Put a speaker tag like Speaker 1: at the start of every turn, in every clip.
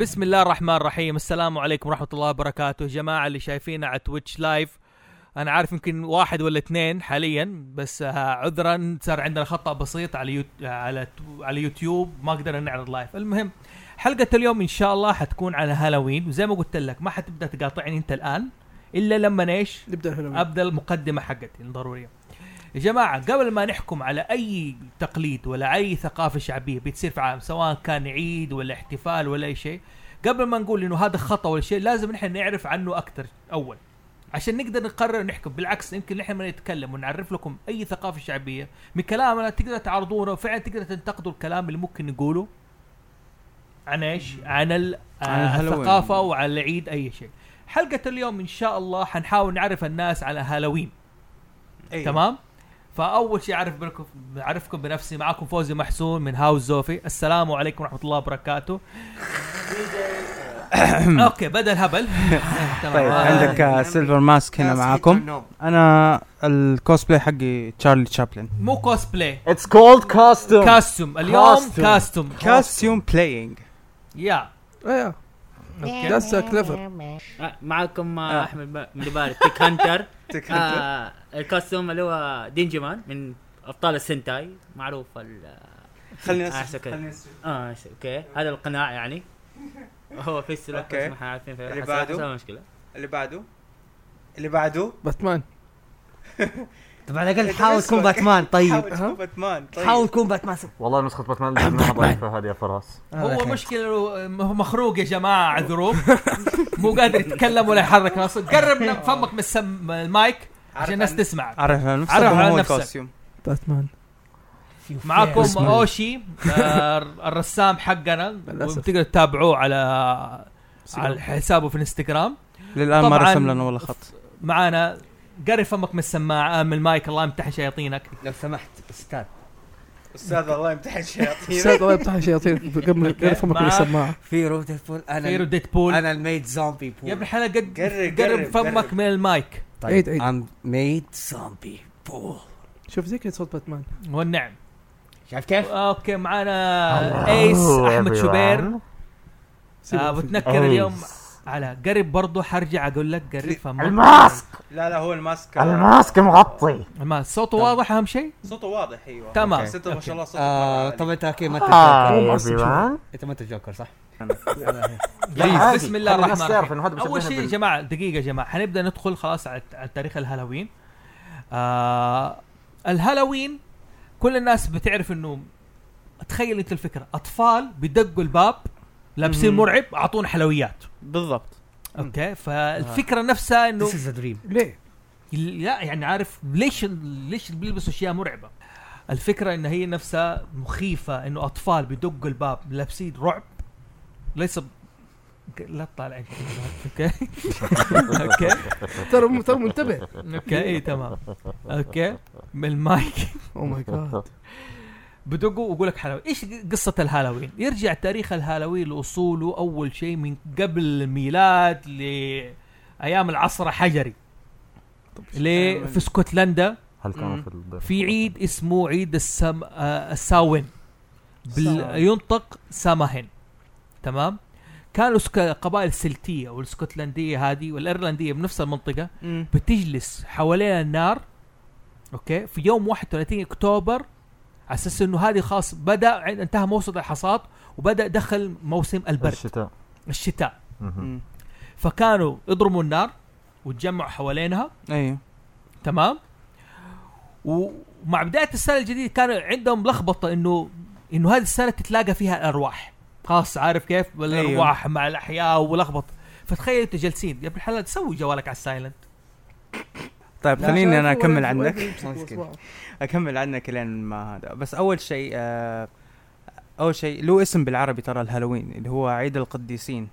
Speaker 1: بسم الله الرحمن الرحيم السلام عليكم ورحمه الله وبركاته جماعه اللي شايفينا على تويتش لايف انا عارف يمكن واحد ولا اثنين حاليا بس آه، عذرا صار عندنا خطا بسيط على يوت... على تو- على يوتيوب ما قدرنا نعرض لايف المهم حلقه اليوم ان شاء الله حتكون على هالوين وزي ما قلت لك ما حتبدا تقاطعني انت الان الا لما ايش
Speaker 2: نبدا هنا
Speaker 1: ابدا المقدمه حقتي الضروريه يا جماعة قبل ما نحكم على أي تقليد ولا أي ثقافة شعبية بتصير في عالم سواء كان عيد ولا احتفال ولا أي شيء قبل ما نقول إنه هذا خطأ ولا شيء لازم نحن نعرف عنه أكثر أول عشان نقدر نقرر نحكم بالعكس يمكن نحن ما نتكلم ونعرف لكم أي ثقافة شعبية من كلامنا تقدر تعرضونه وفعلا تقدر تنتقدوا الكلام اللي ممكن نقوله عن ايش؟ عن, ال-
Speaker 3: عن
Speaker 1: آه،
Speaker 3: الهالوين.
Speaker 1: الثقافة وعن العيد أي شيء حلقة اليوم إن شاء الله حنحاول نعرف الناس على هالوين
Speaker 2: أيوة.
Speaker 1: تمام فاول شيء اعرف بكم اعرفكم بنفسي معكم فوزي محسون من هاوس زوفي السلام عليكم ورحمه الله وبركاته اوكي بدا الهبل
Speaker 3: طيب
Speaker 1: تمام
Speaker 3: عندك آه، سيلفر ماسك هنا معاكم انا الكوسبلاي حقي تشارلي تشابلن
Speaker 1: مو كوسبلاي
Speaker 4: اتس كولد كاستم
Speaker 1: كاستم اليوم
Speaker 4: Costume.
Speaker 1: كاستم
Speaker 3: كاستيوم بلاينج
Speaker 1: يا
Speaker 2: ايوه
Speaker 1: اوكي
Speaker 2: ذاتس كليفر
Speaker 5: آه، معكم آه،
Speaker 3: آه.
Speaker 5: احمد ب- من دبار تيك هانتر آه، الكوستوم اللي هو دينجيمان من ابطال السنتاي معروف ال
Speaker 3: خليني
Speaker 5: آه،
Speaker 3: أسف،
Speaker 5: سكت.
Speaker 3: خليني أسف.
Speaker 5: اه س- اوكي هذا القناع يعني هو في السلوك
Speaker 3: أوكي.
Speaker 5: بس ما احنا عارفين في
Speaker 3: اللي
Speaker 5: حسب-
Speaker 3: بعده.
Speaker 5: حسب مشكله
Speaker 3: اللي بعده اللي بعده
Speaker 2: باتمان
Speaker 6: طب على الاقل حاول تكون باتمان طيب
Speaker 3: حاول تكون باتمان طيب
Speaker 6: حاول تكون باتمان
Speaker 4: والله نسخة باتمان اللي ضعيفة هذه يا فراس
Speaker 1: هو مشكلة إنه مخروق يا جماعة عذروه مو قادر يتكلم ولا يحرك راسه قرب من فمك من السم- المايك
Speaker 3: عرف
Speaker 1: عشان الناس
Speaker 3: عن-
Speaker 1: تسمعك
Speaker 3: عرف على نفسك
Speaker 1: عرف على
Speaker 3: هو
Speaker 1: نفسك.
Speaker 3: الكوستيوم
Speaker 2: باتمان
Speaker 1: معكم
Speaker 3: اسمه.
Speaker 1: اوشي آه، الرسام حقنا
Speaker 2: للأسف.
Speaker 1: وتقدر تتابعوه على على حسابه في الانستغرام
Speaker 3: للان ما
Speaker 1: طبعاً.
Speaker 3: رسم لنا ولا خط
Speaker 1: معانا قري فمك من السماعه من المايك الله يمتحن شياطينك
Speaker 6: لو سمحت استاذ
Speaker 3: استاذ الله يمتحن شياطين
Speaker 2: استاذ الله يفتح الشياطين قبل قبل فمك من
Speaker 1: معاك.
Speaker 2: السماعه
Speaker 6: في روتر فول انا
Speaker 1: غير ديت بول
Speaker 6: انا الميد زومبي بول
Speaker 1: يا ابن الحلال قد
Speaker 3: قري-
Speaker 1: قرب
Speaker 3: قرب-
Speaker 1: فمك
Speaker 3: قرب.
Speaker 1: من المايك
Speaker 2: عيد-
Speaker 1: إيه،
Speaker 2: عيد.
Speaker 6: ام ميد زومبي بول
Speaker 2: شوف زي كذا صوت باتمان
Speaker 1: والنعم
Speaker 6: شايف كيف؟
Speaker 1: اوكي معانا ايس احمد شوبير آه بتنكر اليوم على قرب برضه حرجع اقول لك قرب فمك
Speaker 4: الماسك
Speaker 3: لا لا هو الماسك
Speaker 4: الماسك مغطي
Speaker 1: ما صوته واضح اهم شيء
Speaker 3: صوته واضح ايوه
Speaker 1: تمام.
Speaker 3: ستة ما شاء الله صوته يعني.
Speaker 6: آه
Speaker 3: مرة عالي.
Speaker 6: طب انت اكيد ما انت
Speaker 4: هاي
Speaker 6: جوكر
Speaker 4: ايفريوان
Speaker 6: انت ما انت جوكر صح؟
Speaker 1: بسم الله الرحمن الرحيم اول شيء يا جماعه دقيقه يا جماعه حنبدا ندخل خلاص على على تاريخ الهالوين آه الهالوين كل الناس بتعرف انه تخيل انت الفكره اطفال بدقوا الباب لابسين
Speaker 3: مم.
Speaker 1: مرعب اعطونا حلويات
Speaker 3: بالضبط
Speaker 1: اوكي فالفكره نفسها انه
Speaker 6: This is a dream
Speaker 2: ليه؟
Speaker 1: لا يعني عارف ليش ليش بيلبسوا اشياء مرعبه الفكره ان هي نفسها مخيفه انه اطفال بدقوا الباب لابسين رعب ليس ب... لا تطالع عينك. اوكي اوكي
Speaker 2: ترى ترى منتبه
Speaker 1: اوكي اي إيه، تمام اوكي من المايك
Speaker 2: او ماي جاد
Speaker 1: بدقوا ويقول لك حلوين ايش قصه الهالوين يرجع تاريخ الهالوين لاصوله اول شيء من قبل الميلاد لايام العصر الحجري ليه في اسكتلندا
Speaker 4: هل
Speaker 3: مم.
Speaker 4: كان في الضيف
Speaker 1: في عيد اسمه عيد السم... آه، الساوين بال...
Speaker 2: الساوين.
Speaker 1: ينطق سامهن تمام كانوا سك... قبائل السلتيه والاسكتلنديه هذه والايرلنديه بنفس المنطقه بتجلس حوالين النار اوكي في يوم 31 اكتوبر على اساس انه هذه خاص بدا عند- انتهى موسم الحصاد وبدا دخل موسم البرد
Speaker 4: الشتاء
Speaker 1: الشتاء
Speaker 4: مهم.
Speaker 1: فكانوا يضرموا النار وتجمعوا حوالينها
Speaker 3: ايوه
Speaker 1: تمام ومع بدايه السنه الجديده كان عندهم لخبطه انه انه هذه السنه تتلاقى فيها الارواح خاص عارف كيف الارواح أيوه. مع الاحياء ولخبط فتخيل انتوا جالسين يا ابن الحلال سوي جوالك على السايلنت
Speaker 3: طيب خليني انا اكمل عنك
Speaker 2: عنك
Speaker 3: اكمل عنك لين ما هذا بس اول شيء آه اول شيء له اسم بالعربي ترى الهالوين اللي هو عيد القديسين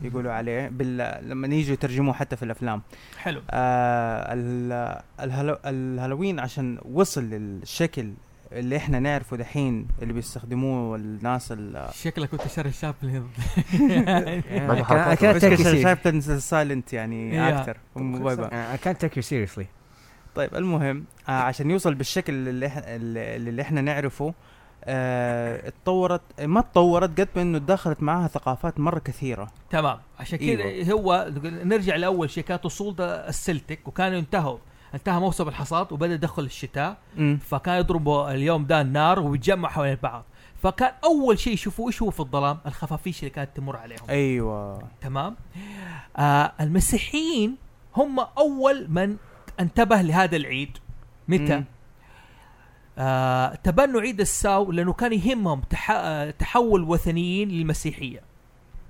Speaker 3: يقولوا عليه بال... لما يجوا يترجموه حتى في الافلام
Speaker 1: حلو
Speaker 3: آه ال- الهالو... الهالوين عشان وصل للشكل اللي احنا نعرفه دحين اللي بيستخدموه الناس ال
Speaker 1: شكلك كنت شر الشاب
Speaker 4: باقي
Speaker 6: I
Speaker 4: حركات.
Speaker 6: can't
Speaker 3: بس
Speaker 6: take you
Speaker 3: كشر-
Speaker 6: seriously
Speaker 3: شايف سايلنت يعني
Speaker 1: Yeah.
Speaker 3: اكثر موبايل
Speaker 6: I can't take you seriously
Speaker 3: طيب المهم آه عشان يوصل بالشكل اللي احنا اللي اللي احنا نعرفه
Speaker 7: آه، اتطورت ما اتطورت قد ما انه دخلت معاها ثقافات مره كثيره
Speaker 1: تمام عشان كذا
Speaker 7: إيوه.
Speaker 1: هو نرجع لاول شيء كانت اصول ده السلتك وكانوا انتهوا انتهى موسم الحصاد وبدا يدخل الشتاء
Speaker 7: امم
Speaker 1: فكان يضربوا اليوم ده النار ويتجمعوا حوالين بعض فكان اول شيء يشوفوا ايش هو في الظلام الخفافيش اللي كانت تمر عليهم
Speaker 7: ايوه
Speaker 1: تمام آه المسيحيين هم اول من انتبه لهذا العيد متى
Speaker 7: مم.
Speaker 1: آه تبنوا عيد الساو لانه كان يهمهم تح... آه، تحول وثنيين للمسيحيه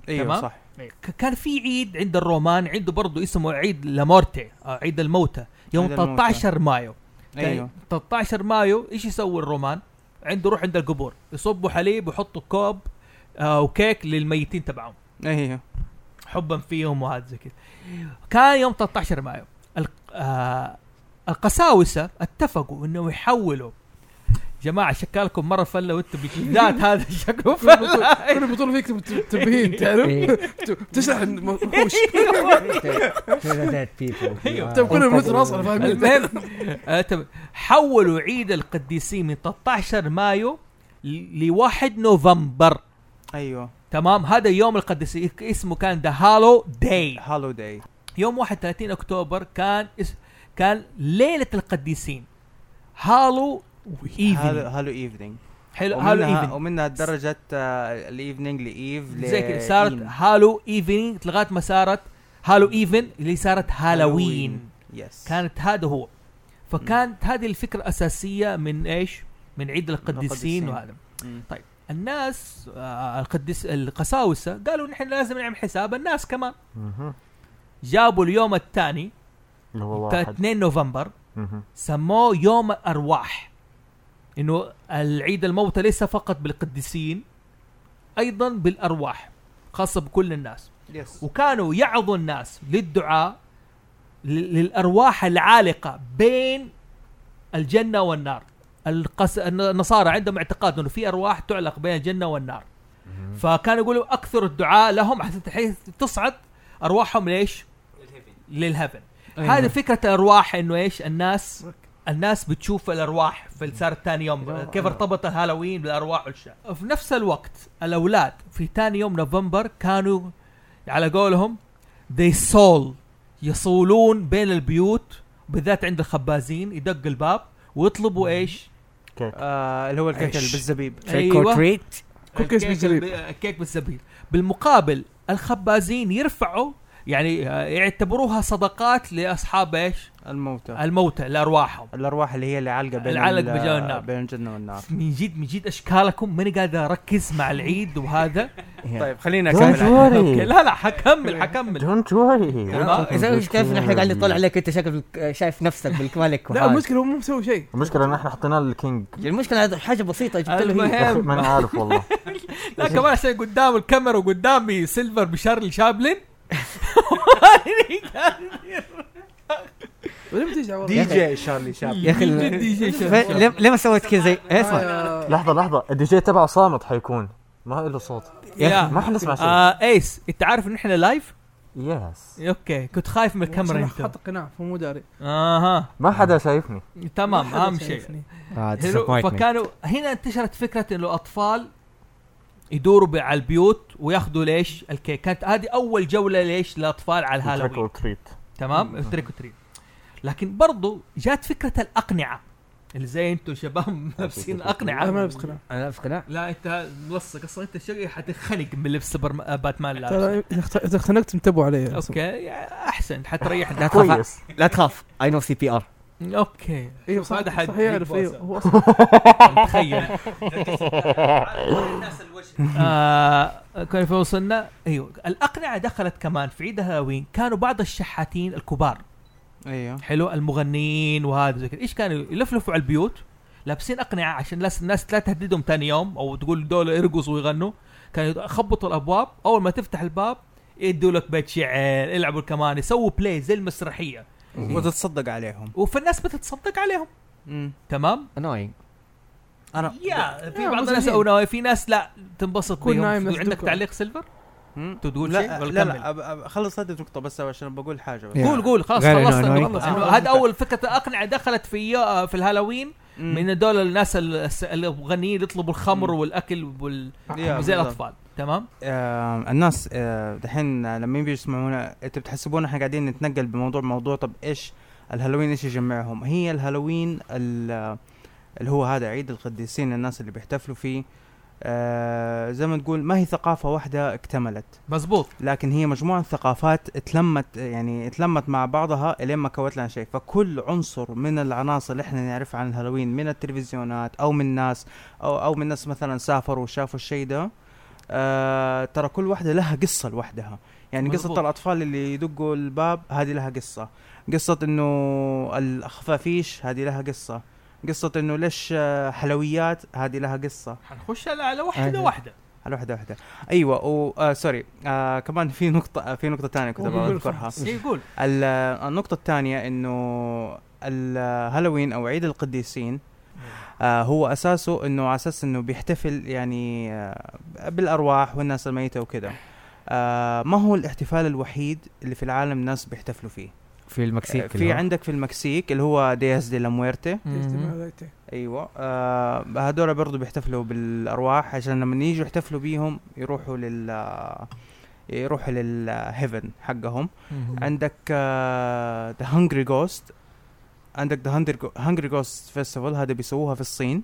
Speaker 7: ايوه
Speaker 1: تمام؟
Speaker 7: صح
Speaker 1: ك- كان في عيد عند الرومان عنده برضه اسمه عيد لامورتي آه عيد الموتى يوم
Speaker 7: عيد الموتى.
Speaker 1: 13 مايو كان
Speaker 7: ايوه
Speaker 1: 13 مايو ايش يسوي الرومان عنده روح عند القبور يصبوا حليب ويحطوا كوب آه وكيك للميتين تبعهم أيوة.
Speaker 7: ايوه
Speaker 1: حبا فيهم وهذا زي كذا كان يوم 13 مايو الق- آه، القساوسه اتفقوا انه يحولوا جماعه شكالكم مره فله وانتم بالذات هذا شكله فله
Speaker 2: كل البطوله فيك تب- تنبهين
Speaker 6: إيه.
Speaker 2: تعرف تشرح الوحوش طيب كل بنوت راسنا فاهمين
Speaker 1: المهم آه، تم- حولوا عيد القديسين من 13 مايو ل- لواحد نوفمبر
Speaker 7: ايوه
Speaker 1: تمام هذا يوم القديسين اسمه كان ذا هالو داي
Speaker 7: هوليداي
Speaker 1: يوم 31 اكتوبر كان اس... كان ليله القديسين هالو
Speaker 7: هالو
Speaker 1: ايفنينج
Speaker 7: هالو ايفنينج
Speaker 1: حلو هالو
Speaker 7: ومنها
Speaker 1: ايفنينج
Speaker 7: ومنها درجه آه، الايفنينج لايف ل-
Speaker 1: زي كذا صارت
Speaker 7: إيم.
Speaker 1: هالو ايفنينج لغايه ما صارت هالو ايفن اللي صارت هالوين
Speaker 7: هالوين. يس
Speaker 1: كانت هذا هو فكانت هذه الفكره الاساسيه من ايش؟ من عيد القديسين
Speaker 7: القديسين.
Speaker 1: وهذا
Speaker 7: مم.
Speaker 1: طيب الناس آه القديس القساوسه قالوا نحن لازم نعمل حساب الناس كمان
Speaker 4: مهم.
Speaker 1: جابوا اليوم الثاني
Speaker 4: اللي هو
Speaker 1: تا-
Speaker 4: واحد
Speaker 1: 2 نوفمبر
Speaker 4: مهم.
Speaker 1: سموه يوم الارواح انه العيد الموتى ليس فقط بالقديسين ايضا بالارواح خاصه بكل الناس
Speaker 7: يس
Speaker 1: وكانوا يعظوا الناس للدعاء لل- للارواح العالقه بين الجنه والنار القس... النصارى عندهم اعتقاد انه في ارواح تعلق بين الجنه والنار فكانوا يقولوا اكثر الدعاء لهم حتى- حيث تصعد ارواحهم ليش؟ للهفن
Speaker 7: أيوة.
Speaker 1: هذه فكره الارواح انه ايش الناس الناس بتشوف الارواح في صار ثاني يوم كيف ارتبط الهالوين بالارواح والشيء في نفس الوقت الاولاد في ثاني يوم نوفمبر كانوا على قولهم they soul يصولون بين البيوت بالذات عند الخبازين يدق الباب ويطلبوا ايش؟
Speaker 4: كيك
Speaker 7: آه، اللي هو الكيكه
Speaker 1: إيش.
Speaker 7: اللي بالزبيب
Speaker 8: تريت
Speaker 2: كل كيس
Speaker 1: أيوة. الكيك
Speaker 2: بالزبيب.
Speaker 1: الب- الكيك بالزبيب بالمقابل الخبازين يرفعوا يعني آه، يعتبروها صدقات لاصحاب ايش؟
Speaker 8: نعم.
Speaker 7: الموتى
Speaker 1: الموتى لارواحهم
Speaker 7: الارواح اللي هي اللي عالقه بين
Speaker 1: العلق
Speaker 7: ال-
Speaker 1: بجو النار.
Speaker 7: بين الجنه والنار
Speaker 1: من جد من جد اشكالكم ماني قادر اركز مع العيد وهذا
Speaker 7: طيب خلينا
Speaker 4: دونت
Speaker 7: نكمل
Speaker 1: اوكي
Speaker 4: وري
Speaker 1: لا لا حكمل حكمل
Speaker 4: دونت وري
Speaker 8: كيف نحن قاعدين نطلع عليك انت شكلك شايف نفسك بالملك
Speaker 2: لا
Speaker 8: وحالك.
Speaker 2: المشكله هو مو مسوي شيء
Speaker 4: المشكله ان احنا حطينا له الكينج
Speaker 8: المشكله هذا حاجه بسيطه جبت له هي.
Speaker 4: يا أخي،
Speaker 1: المهم
Speaker 4: ما انا عارف والله
Speaker 1: لا كمان عشان قدام الكاميرا وقدامي سيلفر بشارل شابلن
Speaker 2: ولم تيجي على
Speaker 7: دي
Speaker 2: والله.
Speaker 7: جي شارلي شاب
Speaker 8: يا اخي ال- ف- ليه- ليه ما سويت كذا زي
Speaker 6: إيه،
Speaker 8: اسمع
Speaker 2: آه،
Speaker 4: لحظه لحظه الدي جي تبعه صامت حيكون ما له صوت
Speaker 1: يا
Speaker 4: ما حنسمع شيء
Speaker 1: آه ايس انت عارف ان احنا لايف؟
Speaker 4: يس
Speaker 1: اوكي كنت خايف من الكاميرا
Speaker 2: صراحة
Speaker 1: انت
Speaker 2: حاط قناع فمو داري
Speaker 1: اها
Speaker 4: ما حدا شايفني
Speaker 1: تمام
Speaker 2: حدا
Speaker 1: اهم شيء
Speaker 2: شايفني.
Speaker 1: هلو- فكانوا هنا انتشرت فكره انه الاطفال يدوروا ب- على البيوت وياخذوا ليش الكيك كانت هذه اول جوله ليش للاطفال على
Speaker 4: تريك
Speaker 1: الهالوين
Speaker 4: اور تريت
Speaker 1: تمام تريك تريت لكن برضو جات فكره الاقنعه اللي زي انتم شباب لابسين اقنعه
Speaker 2: انا ما لابس قناع
Speaker 8: انا لابس قناع
Speaker 1: لا انت ملصق اصلا انت شقي حتنخنق من لبس سوبر آه، باتمان لابس
Speaker 2: ترى اذا اخت- اذا اختنقت انتبهوا علي
Speaker 1: اوكي يا- احسن حتريح
Speaker 8: لا تخاف
Speaker 4: كويس
Speaker 8: لا تخاف اي نو سي بي ار
Speaker 1: اوكي
Speaker 2: ايوه صح
Speaker 1: هذا حد
Speaker 2: صح يعرف
Speaker 1: Big Boss.
Speaker 2: ايوه هو اصلا
Speaker 1: تخيل آه كنا في وصلنا ايوه الاقنعه دخلت كمان في عيد هالوين كانوا بعض الشحاتين الكبار
Speaker 3: أيوه.
Speaker 7: ايوه
Speaker 1: حلو المغنيين وهذا زي كذا ايش كانوا يلفلفوا على البيوت لابسين اقنعه عشان الناس الناس لا تهددهم ثاني يوم او تقول دول يرقصوا ويغنوا كانوا يخبطوا الابواب اول ما تفتح الباب يدوا لك بيت شعر يلعبوا الكمان يسووا بلاي زي المسرحيه
Speaker 7: وتتصدق عليهم
Speaker 1: وفالناس بتتصدق عليهم
Speaker 7: مم.
Speaker 1: تمام
Speaker 8: انوينج
Speaker 7: انا
Speaker 1: يا في
Speaker 2: يا
Speaker 1: بعض الناس
Speaker 2: مزعجين.
Speaker 1: او نوايا، في ناس لا تنبسط
Speaker 2: كل
Speaker 1: بيهم
Speaker 2: نايم
Speaker 1: في- عندك
Speaker 2: مصدوق.
Speaker 1: تعليق سيلفر
Speaker 7: مم.
Speaker 1: تبغى تقول شيء
Speaker 7: لا
Speaker 1: ولا
Speaker 7: لا
Speaker 1: كمل؟
Speaker 7: لا أب- أب- خلص هذه النقطة بس عشان بقول حاجة بس
Speaker 1: قول قول خلاص
Speaker 8: غير
Speaker 1: خلصنا
Speaker 8: إنه- إنه-
Speaker 1: خلصنا.
Speaker 2: إنه-
Speaker 1: هذا اول فكره اقنعه دخلت آه، في في الهالوين
Speaker 3: مم.
Speaker 1: من هذول الناس ال- الس- الغنيين اللي يطلبوا الخمر والاكل وال...
Speaker 3: يا
Speaker 1: زي
Speaker 3: بالضبط.
Speaker 1: الاطفال تمام
Speaker 3: آه الناس آه دحين آه، لما يجوا يسمعونا انتوا بتحسبونا احنا قاعدين نتنقل بموضوع موضوع طب ايش الهالوين ايش يجمعهم؟ هي الهالوين ال- آه، اللي هو هذا عيد القديسين الناس اللي بيحتفلوا فيه آه زي ما تقول ما هي ثقافة واحدة اكتملت
Speaker 1: مزبوط
Speaker 3: لكن هي مجموعة ثقافات اتلمت يعني اتلمت مع بعضها الين ما كوت لنا شيء فكل عنصر من العناصر اللي احنا نعرفها عن الهالوين من التلفزيونات او من ناس او او من ناس مثلا سافروا وشافوا الشيء ده آه ترى كل واحدة لها قصة لوحدها يعني
Speaker 1: مظبوط.
Speaker 3: قصة الأطفال اللي يدقوا الباب هذه لها قصة قصة إنه الخفافيش هذه لها قصة قصة إنه ليش آه، حلويات هذه لها قصة
Speaker 1: حنخش على على واحده
Speaker 3: أيوة.
Speaker 1: واحده
Speaker 3: على واحدة واحدة ايوه و آه سوري آه كمان في نقطة آه في نقطة ثانية كنت
Speaker 2: أوه،
Speaker 3: أبغى اذكرها
Speaker 1: بس يقول
Speaker 3: ال- آه، النقطة الثانية انه الهالوين او عيد القديسين آه هو اساسه انه على اساس انه بيحتفل يعني آه بالارواح والناس الميتة وكذا آه ما هو الاحتفال الوحيد اللي في العالم الناس بيحتفلوا فيه؟
Speaker 6: في المكسيك
Speaker 3: آه في عندك في المكسيك اللي هو دياس دي لا مويرتي ايوه آه هذول برضو بيحتفلوا بالارواح عشان لما يجوا يحتفلوا بيهم يروحوا لل آه، يروحوا للهيفن حقهم عندك آه، ذا هانجري جوست عندك ذا هانجري جوست فيستيفال هذا بيسووها في الصين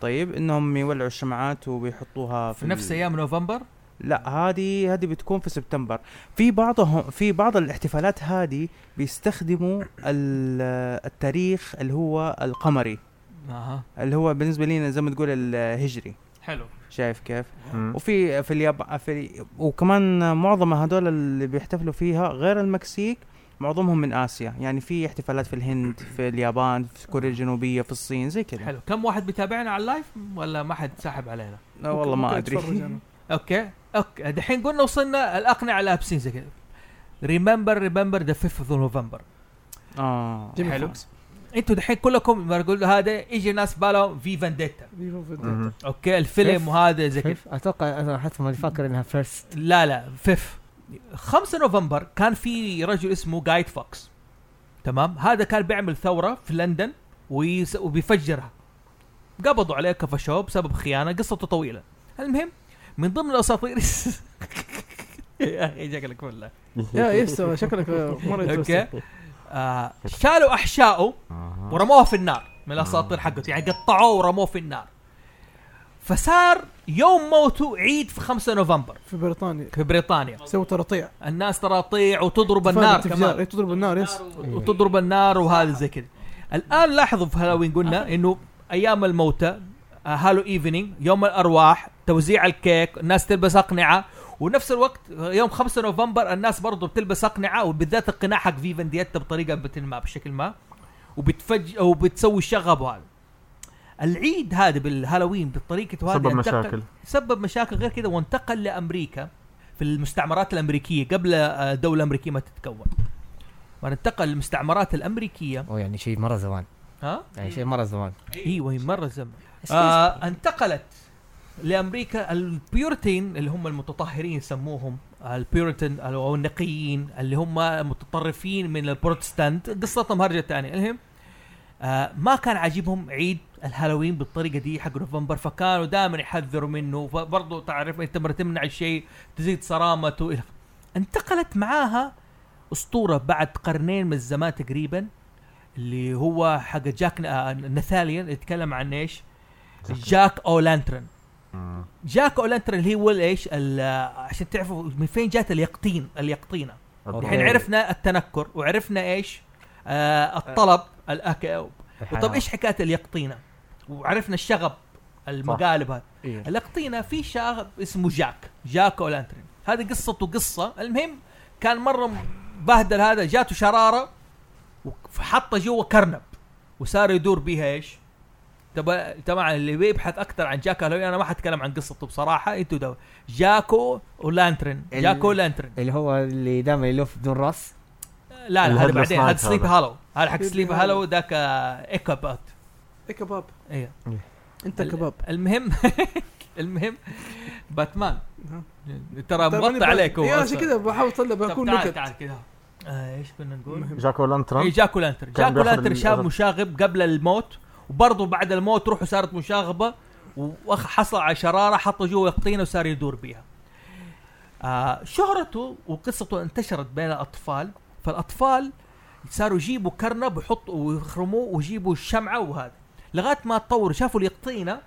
Speaker 3: طيب انهم يولعوا الشمعات وبيحطوها آه، في,
Speaker 1: في نفس
Speaker 3: ال-
Speaker 1: ايام نوفمبر
Speaker 3: لا هذه هذه بتكون في سبتمبر في بعضهم في بعض الاحتفالات هذه بيستخدموا ال- التاريخ اللي هو القمري
Speaker 1: اها
Speaker 3: اللي هو بالنسبه لينا زي ما تقول الهجري
Speaker 1: حلو
Speaker 3: شايف كيف
Speaker 4: مم.
Speaker 3: وفي في اليابان في وكمان معظم هذول اللي بيحتفلوا فيها غير المكسيك معظمهم من اسيا يعني في احتفالات في الهند في اليابان في كوريا الجنوبيه في الصين زي كذا
Speaker 1: حلو كم واحد بيتابعنا على اللايف ولا ما حد ساحب علينا
Speaker 3: لا والله ما ادري
Speaker 1: اوكي اوكي دحين قلنا وصلنا الاقنعه لابسين زي كذا ريمبر ريمبر ذا 5 اوف نوفمبر
Speaker 3: اه
Speaker 2: جيمي
Speaker 1: حلو.
Speaker 2: فوكس
Speaker 1: انتوا دحين كلكم ما اقول هذا يجي ناس بالهم في فنديتا
Speaker 2: فيفا في الدنيا.
Speaker 4: مم.
Speaker 1: اوكي الفيلم
Speaker 6: Fifth.
Speaker 1: وهذا زي كذا
Speaker 6: اتوقع انا حتى ما فاكر انها فيرست
Speaker 1: لا لا فيف 5 نوفمبر كان في رجل اسمه جايد فوكس تمام هذا كان بيعمل ثوره في لندن ويس... وبيفجرها قبضوا عليه كفشوه بسبب خيانه قصته طويله المهم من ضمن الاساطير يا اخي شكلك والله
Speaker 2: يا يسوى شكلك مره
Speaker 1: اوكي
Speaker 2: يتوسع.
Speaker 1: آه شالوا احشائه
Speaker 4: آه.
Speaker 1: ورموها في النار من الاساطير حقته يعني قطعوه ورموه في النار فصار يوم موته عيد في 5 نوفمبر
Speaker 2: في بريطانيا
Speaker 1: في بريطانيا
Speaker 2: سووا ترطيع
Speaker 1: الناس ترى تطيع وتضرب النار
Speaker 2: تفجير. إيه،
Speaker 1: كمان
Speaker 2: تضرب النار يس
Speaker 1: إيه. وتضرب النار وهذا زي كذا الان لاحظوا في هالوين قلنا انه ايام الموتى آه، هالو ايفنينج يوم الارواح توزيع الكيك الناس تلبس اقنعه ونفس الوقت آه، يوم 5 نوفمبر الناس برضو بتلبس اقنعه وبالذات القناع حق فيفن ديتا بطريقه بت- ما بشكل ما وبتفج وبتسوي شغب وهذا العيد هذا بالهالوين يعني بطريقته هذه
Speaker 4: سبب
Speaker 1: انتقل-
Speaker 4: مشاكل
Speaker 1: سبب مشاكل غير كذا وانتقل لامريكا في المستعمرات الامريكيه قبل آه، دوله امريكيه ما تتكون وانتقل المستعمرات الامريكيه
Speaker 6: او يعني شيء مره زمان
Speaker 1: ها
Speaker 6: يعني شيء مره زمان
Speaker 1: ايوه هي مره زمن آه انتقلت لامريكا البيورتين اللي هم المتطهرين يسموهم البيورتن او النقيين اللي هم متطرفين من البروتستانت قصتهم هرجه ثانيه المهم آه ما كان عاجبهم عيد الهالوين بالطريقه دي حق نوفمبر فكانوا دائما يحذروا منه فبرضه تعرف انت مرة تمنع الشيء تزيد صرامته إلى انتقلت معاها اسطوره بعد قرنين من الزمان تقريبا اللي هو حق جاك آه، ناثاليان يتكلم عن ايش؟ جاك اولانترن
Speaker 4: مم.
Speaker 1: جاك اولانترن اللي هو ايش؟ ال- آه، عشان تعرفوا من فين جات اليقطين اليقطينه
Speaker 4: أوكي.
Speaker 1: الحين عرفنا التنكر وعرفنا ايش؟ آه الطلب الاكل طب ايش حكايه اليقطينه؟ وعرفنا الشغب المقالب هذا
Speaker 2: إيه.
Speaker 1: اليقطينه في شاب اسمه جاك جاك اولانترن هذه قصته قصه المهم كان مره بهدل هذا جاته شراره وحطه جوا كرنب وصار يدور بيها ايش؟ تبا- طبعا اللي بيبحث اكثر عن جاك هالوي انا ما حتكلم عن قصته بصراحه انتوا دو جاكو ولانترن
Speaker 6: ال-
Speaker 1: جاكو لانترن
Speaker 6: اللي هو اللي دائما يلف بدون راس
Speaker 1: لا لا هذا
Speaker 4: الهيدلس
Speaker 1: بعدين هذا
Speaker 4: نايت
Speaker 1: سليب
Speaker 4: هذا.
Speaker 1: هالو هذا حق
Speaker 2: Sleepy
Speaker 1: سليب
Speaker 2: Hollow.
Speaker 1: هالو ذاك آه، ايكابات
Speaker 2: إيه، كباب
Speaker 1: ايوه
Speaker 2: انت كباب
Speaker 1: المهم المهم باتمان
Speaker 2: ها. طيب،
Speaker 1: ترى مغطى عليك هو
Speaker 2: يا
Speaker 1: أصلاً.
Speaker 2: إيه، عشان كذا بحاول اطلع
Speaker 1: طب
Speaker 2: بكون
Speaker 1: تعال
Speaker 2: نكت
Speaker 1: تعال كذا آه، ايش كنا نقول؟
Speaker 2: المهم.
Speaker 4: جاكو
Speaker 1: اي
Speaker 4: لانترن
Speaker 1: إيه، جاكو لانتر
Speaker 4: كان
Speaker 1: جاكو
Speaker 4: بياخذ
Speaker 1: لانتر شاب
Speaker 4: الأزرق.
Speaker 1: مشاغب قبل الموت وبرضه بعد الموت روحه صارت مشاغبه وحصل على شراره حطه جوا قطينه وصار يدور بيها آه شهرته وقصته انتشرت بين الاطفال فالاطفال صاروا يجيبوا كرنب ويحطوا ويخرموه ويجيبوا الشمعه وهذا لغايه ما تطور شافوا اليقطينه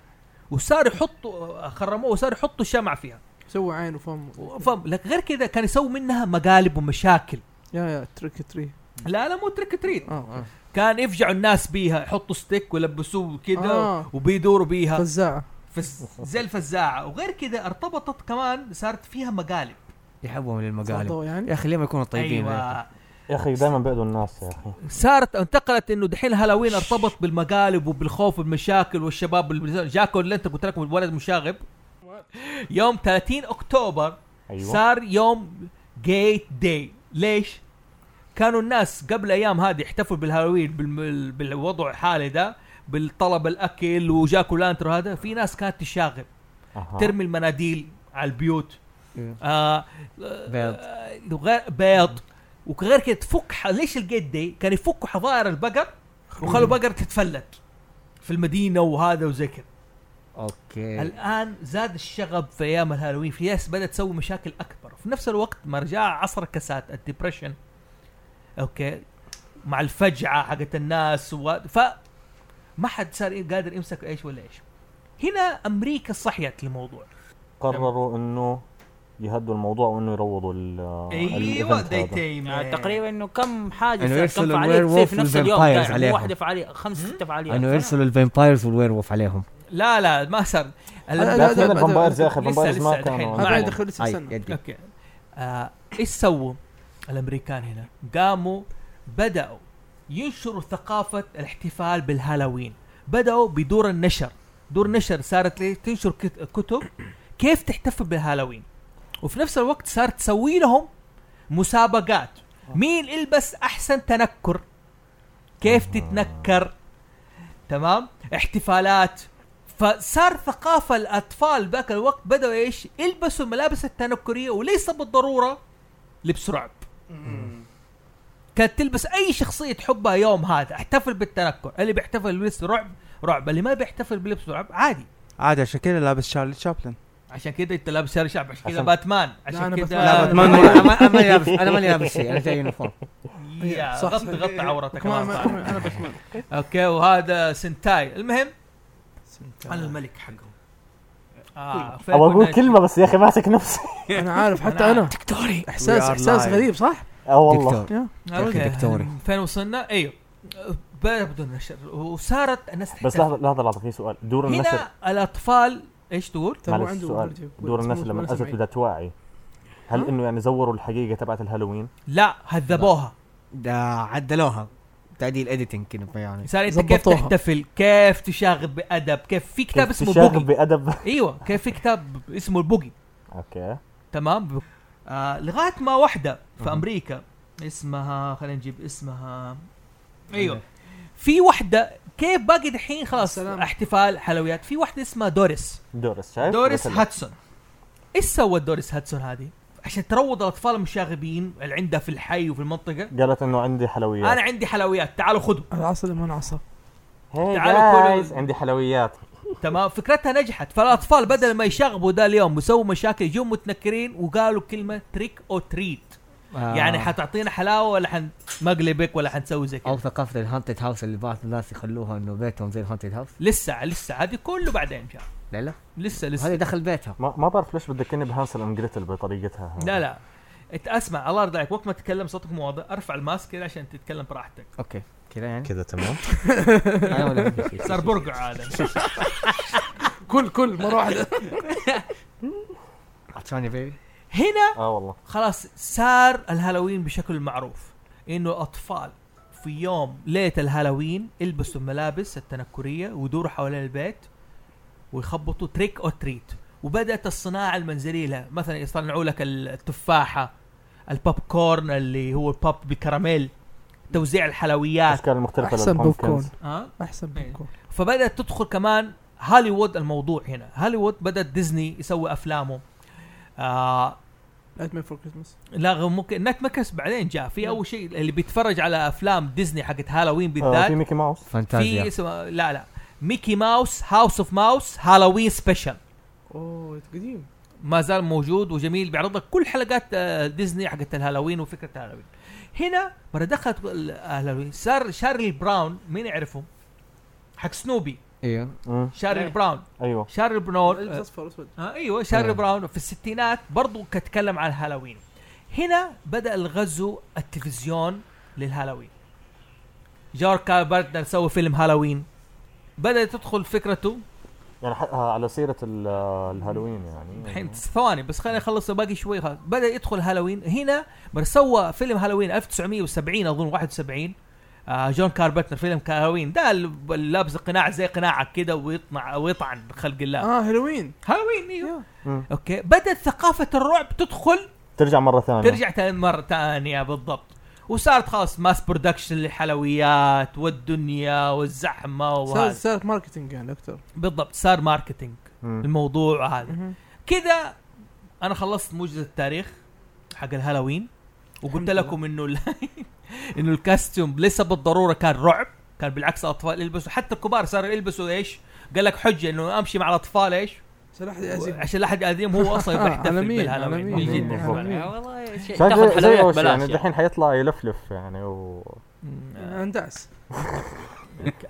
Speaker 1: وصار يحطوا خرموه وصار يحطوا شمع فيها
Speaker 2: سوى عين وفم
Speaker 1: فاهم لك غير كذا كان يسوي منها مقالب ومشاكل
Speaker 2: يا يا تريك تري
Speaker 1: لا لا مو تريك تريت
Speaker 2: اه اه
Speaker 1: كان يفجعوا الناس بيها يحطوا ستيك ويلبسوه كذا
Speaker 2: آه.
Speaker 1: وبيدوروا بيها
Speaker 2: فزاعه
Speaker 1: فس- زي الفزاعه وغير كذا ارتبطت كمان صارت فيها مقالب
Speaker 6: يحبهم المقالب
Speaker 2: صدوا
Speaker 6: يا
Speaker 2: يعني
Speaker 6: اخي ليه ما يكونوا طيبين يا أخي؟
Speaker 1: ايوه
Speaker 4: يا اخي دائما بيأذوا الناس يا اخي
Speaker 1: صارت انتقلت انه دحين هالوين ارتبط بالمقالب وبالخوف والمشاكل والشباب اللي جاكو اللي انت قلت لكم الولد مشاغب يوم 30 اكتوبر
Speaker 4: ايوه
Speaker 1: صار يوم جيت داي ليش كانوا الناس قبل ايام هذه يحتفلوا بالهالوين بالم- بالوضع الحالي ده بالطلب الاكل وجاكو لانتر هذا في ناس كانت تشاغب
Speaker 4: أها.
Speaker 1: ترمي المناديل على البيوت آه
Speaker 6: بيض
Speaker 1: وغير- بيض وغير كده تفك ح- ليش الجيت داي كان يفكوا حظائر البقر وخلوا البقر تتفلت في المدينه وهذا وزي كده
Speaker 6: اوكي
Speaker 1: الان زاد الشغب في ايام الهالوين في ناس بدات تسوي مشاكل اكبر في نفس الوقت ما رجع عصر كسات الدبريشن اوكي مع الفجعه حقت الناس و... ف ما حد صار قادر يمسك ايش ولا ايش هنا امريكا صحيت للموضوع
Speaker 4: قرروا انه يهدوا الموضوع وانه يروضوا ال
Speaker 1: ايوه
Speaker 4: ال event آه، هذا.
Speaker 1: ديتيم
Speaker 5: يعني تقريبا انه كم حاجه
Speaker 6: إنه
Speaker 5: صار، كم
Speaker 6: يرسلوا
Speaker 5: فعاليه
Speaker 6: الوير
Speaker 5: تصير
Speaker 6: وولف
Speaker 5: في نفس اليوم
Speaker 6: والفامبايرز
Speaker 5: قاعد، مو
Speaker 6: عليهم.
Speaker 5: واحده فعاليه خمس ست فعاليات
Speaker 6: انه يرسلوا الفامبايرز والوير وولف عليهم
Speaker 1: لا لا ما صار
Speaker 2: لا، لا،
Speaker 4: لكن
Speaker 2: لا، لا،
Speaker 4: الفامبايرز يا اخي
Speaker 1: لسه-
Speaker 4: الفامبايرز ما
Speaker 1: لسه دحين.
Speaker 4: كانوا
Speaker 1: ما
Speaker 2: هذا
Speaker 1: عندهم.
Speaker 2: يدخل لسه
Speaker 6: هاي
Speaker 2: سنه
Speaker 6: يدي
Speaker 1: اوكي آه، ايش سووا الامريكان هنا؟ قاموا بداوا ينشروا ثقافه الاحتفال بالهالوين، بداوا بدور النشر، دور نشر صارت ليه؟ تنشر كت- كتب كيف تحتفل بالهالوين؟ وفي نفس الوقت صارت تسوي لهم مسابقات، مين البس احسن تنكر؟ كيف تتنكر؟ تمام؟ احتفالات فصار ثقافة الأطفال ذاك الوقت بدأوا إيش؟ يلبسوا الملابس التنكرية وليس بالضرورة لبس رعب. كانت تلبس أي شخصية تحبها يوم هذا، احتفل بالتنكر، اللي بيحتفل بلبس رعب رعب، اللي ما بيحتفل بلبس رعب عادي.
Speaker 7: عادي عشان كده لابس شارلي شابلن
Speaker 1: عشان كده أنت لابس شارع شعب، عشان كده
Speaker 4: عشان-
Speaker 1: باتمان،
Speaker 2: لا،
Speaker 1: عشان
Speaker 2: أنا
Speaker 1: كده
Speaker 2: باتمان. لا،
Speaker 6: انا ماني لابس انا ماني لابس شيء انا جاي يونيفورم
Speaker 1: يا،
Speaker 2: صح،
Speaker 1: غطي
Speaker 2: صح.
Speaker 1: غطي عورتك
Speaker 2: كمان
Speaker 1: ما صار.
Speaker 2: ما- انا باتمان
Speaker 1: أوكي وهذا سنتاي، المهم أنا الملك حقهم. آه
Speaker 4: ابغى اقول
Speaker 1: فكنا-
Speaker 4: كلمه بس يا اخي ماسك نفسي
Speaker 2: انا عارف حتى انا
Speaker 1: دكتوري
Speaker 2: احساس
Speaker 7: We are
Speaker 2: احساس
Speaker 7: live.
Speaker 2: غريب صح؟
Speaker 4: اه والله
Speaker 6: دكتور
Speaker 2: يا
Speaker 1: اوكي
Speaker 6: دكتوري.
Speaker 1: فين وصلنا؟ ايوه بدأ بدون نشر وصارت الناس
Speaker 4: بس
Speaker 1: تحتفل.
Speaker 4: لحظه لحظه لحظه في سؤال دور
Speaker 1: إيه،
Speaker 4: النشر
Speaker 1: هنا الاطفال ايش تقول؟
Speaker 2: ترى هو
Speaker 4: معلش
Speaker 2: عنده
Speaker 4: سؤال
Speaker 2: برجي.
Speaker 4: دور الناس
Speaker 2: اسمه
Speaker 4: لما
Speaker 2: اسمه
Speaker 4: الاذت
Speaker 2: إيه؟
Speaker 4: بدها توعي هل انه يعني زوروا الحقيقه تبعت الهالوين؟
Speaker 1: لا هذبوها
Speaker 6: ده عدلوها تعديل اديتنج كذا يعني
Speaker 1: صار انت كيف
Speaker 2: زبطوها.
Speaker 1: تحتفل؟ كيف تشاغب بادب؟ كيف في كتاب
Speaker 4: كيف
Speaker 1: اسمه
Speaker 4: تشاغب
Speaker 1: بوجي
Speaker 4: بادب
Speaker 1: ايوه كيف في كتاب اسمه البوجي
Speaker 4: اوكي
Speaker 1: تمام آه لغايه ما واحده في امريكا اسمها خلينا نجيب اسمها ايوه في واحده كيف باقي دحين خلاص
Speaker 2: السلام.
Speaker 1: احتفال حلويات في واحده اسمها دوريس
Speaker 4: دورس شايف؟
Speaker 1: دوريس
Speaker 4: مثلاً.
Speaker 1: هاتسون ايش سوت دوريس هاتسون هذه؟ عشان تروض الاطفال المشاغبين اللي عندها في الحي وفي المنطقه
Speaker 4: قالت انه عندي حلويات
Speaker 1: انا عندي حلويات تعالوا خذوا
Speaker 2: العصا اللي ما انعصى
Speaker 4: هاي
Speaker 1: تعالوا كلوا-
Speaker 4: جايز عندي حلويات
Speaker 1: تمام فكرتها نجحت فالاطفال بدل ما يشاغبوا ذا اليوم ويسووا مشاكل يجوا متنكرين وقالوا كلمه تريك او تريت
Speaker 6: آه،
Speaker 1: يعني حتعطينا حلاوه ولا حنقلبك ولا حنسوي زي كذا
Speaker 6: او ثقافه الهانتد هاوس اللي بعض الناس يخلوها انه بيتهم زي الهانتد هاوس
Speaker 1: لسه لسه هذه كله بعدين ان شاء الله
Speaker 6: لا لا
Speaker 1: لسه
Speaker 6: هذا
Speaker 1: لسه
Speaker 6: دخل بيتها
Speaker 4: ما, ما بعرف ليش بتذكرني بهانسل اند جريتل بطريقتها هذه.
Speaker 1: لا لا إت- اسمع الله يرضى عليك وقت ما تتكلم صوتك مو واضح ارفع الماسك كذا عشان تتكلم براحتك
Speaker 6: اوكي كذا يعني
Speaker 9: كذا تمام
Speaker 6: أنا ولا في شيء.
Speaker 1: صار برقع هذا
Speaker 2: كل كل مره واحده
Speaker 6: عطشان يا بيبي
Speaker 1: هنا
Speaker 4: اه والله
Speaker 1: خلاص صار الهالوين بشكل معروف انه الاطفال في يوم ليله الهالوين يلبسوا الملابس التنكريه ويدوروا حوالين البيت ويخبطوا تريك او تريت وبدات الصناعه المنزليه لها مثلا يصنعوا لك التفاحه البوب كورن اللي هو البوب بكراميل توزيع الحلويات
Speaker 4: الاشكال المختلفه
Speaker 2: احسن بوب كورن
Speaker 4: للبومكنز
Speaker 1: أه؟
Speaker 2: احسن
Speaker 1: إيه.
Speaker 2: بوب كورن
Speaker 1: فبدات تدخل كمان هوليوود الموضوع هنا هوليوود بدات ديزني يسوي افلامه آه
Speaker 2: نايت فور كريسمس
Speaker 1: لا غير ممكن نايت مكس بعدين جاء في اول شيء اللي بيتفرج على افلام ديزني حقت هالوين
Speaker 4: نعم. آه في
Speaker 1: بالذات
Speaker 4: ميكي ماوس
Speaker 1: في
Speaker 6: فانتازيا
Speaker 1: اسمه لا لا ميكي ماوس هاوس اوف ماوس هالوين سبيشال
Speaker 2: اوه قديم
Speaker 1: ما زال موجود وجميل بيعرض لك كل حلقات آه، ديزني حقت الهالوين وفكره الهالوين هنا مره دخلت الهالوين صار شارلي براون مين يعرفه حق سنوبي
Speaker 6: ايوه
Speaker 1: شارلي
Speaker 2: إيه.
Speaker 1: براون
Speaker 4: ايوه
Speaker 1: شارلي براون
Speaker 2: البس
Speaker 1: آه،
Speaker 2: اصفر اسود
Speaker 1: آه ايوه شارلي
Speaker 6: إيه.
Speaker 1: براون في الستينات برضو كتكلم عن الهالوين هنا بدا الغزو التلفزيون للهالوين جوركا بارتنر سوى فيلم هالوين بدات تدخل فكرته
Speaker 4: يعني ح- آه، على سيره ال- آه، الهالوين يعني
Speaker 1: الحين ثواني بس خليني اخلص باقي شوي خلاص. بدا يدخل هالوين هنا بس سوى فيلم هالوين 1970 اظن 71 آه جون كاربتنر فيلم هالوين ده ال- اللي لابس قناع زي قناعك كده ويطمع ويطعن بخلق الله
Speaker 2: اه هالوين
Speaker 1: هالوين ايوه
Speaker 4: مم.
Speaker 1: اوكي بدات ثقافه الرعب تدخل
Speaker 4: ترجع مره ثانيه
Speaker 1: ترجع تاني مره ثانيه بالضبط وصارت خلاص ماس برودكشن للحلويات والدنيا والزحمه
Speaker 2: صار
Speaker 1: وهذا
Speaker 2: صار ماركتنج يعني اكثر
Speaker 1: بالضبط صار ماركتينج
Speaker 4: مم.
Speaker 1: الموضوع هذا
Speaker 2: مهم.
Speaker 1: كذا انا خلصت موجز التاريخ حق الهالوين وقلت
Speaker 2: الحمد
Speaker 1: لكم انه ال- انه الكاستيوم ليس بالضروره كان رعب كان بالعكس الاطفال يلبسوا حتى الكبار صاروا يلبسوا ايش؟ قال لك حجه انه امشي مع الاطفال ايش؟
Speaker 2: سلاح يعزم
Speaker 1: عشان لا احد يأذيهم هو اصلا يبغى يحتفل
Speaker 2: عالمين،
Speaker 1: بالهالوين
Speaker 2: عالمين.
Speaker 1: بالجد
Speaker 4: بالضبط.
Speaker 1: يعني.
Speaker 5: آه، والله شيء
Speaker 4: شايف زي-
Speaker 5: تاخذ
Speaker 4: زي
Speaker 5: حلويات
Speaker 4: وش يعني
Speaker 5: بلاش يعني.
Speaker 4: دحين حيطلع يلفلف يعني و
Speaker 1: مم.
Speaker 2: اندعس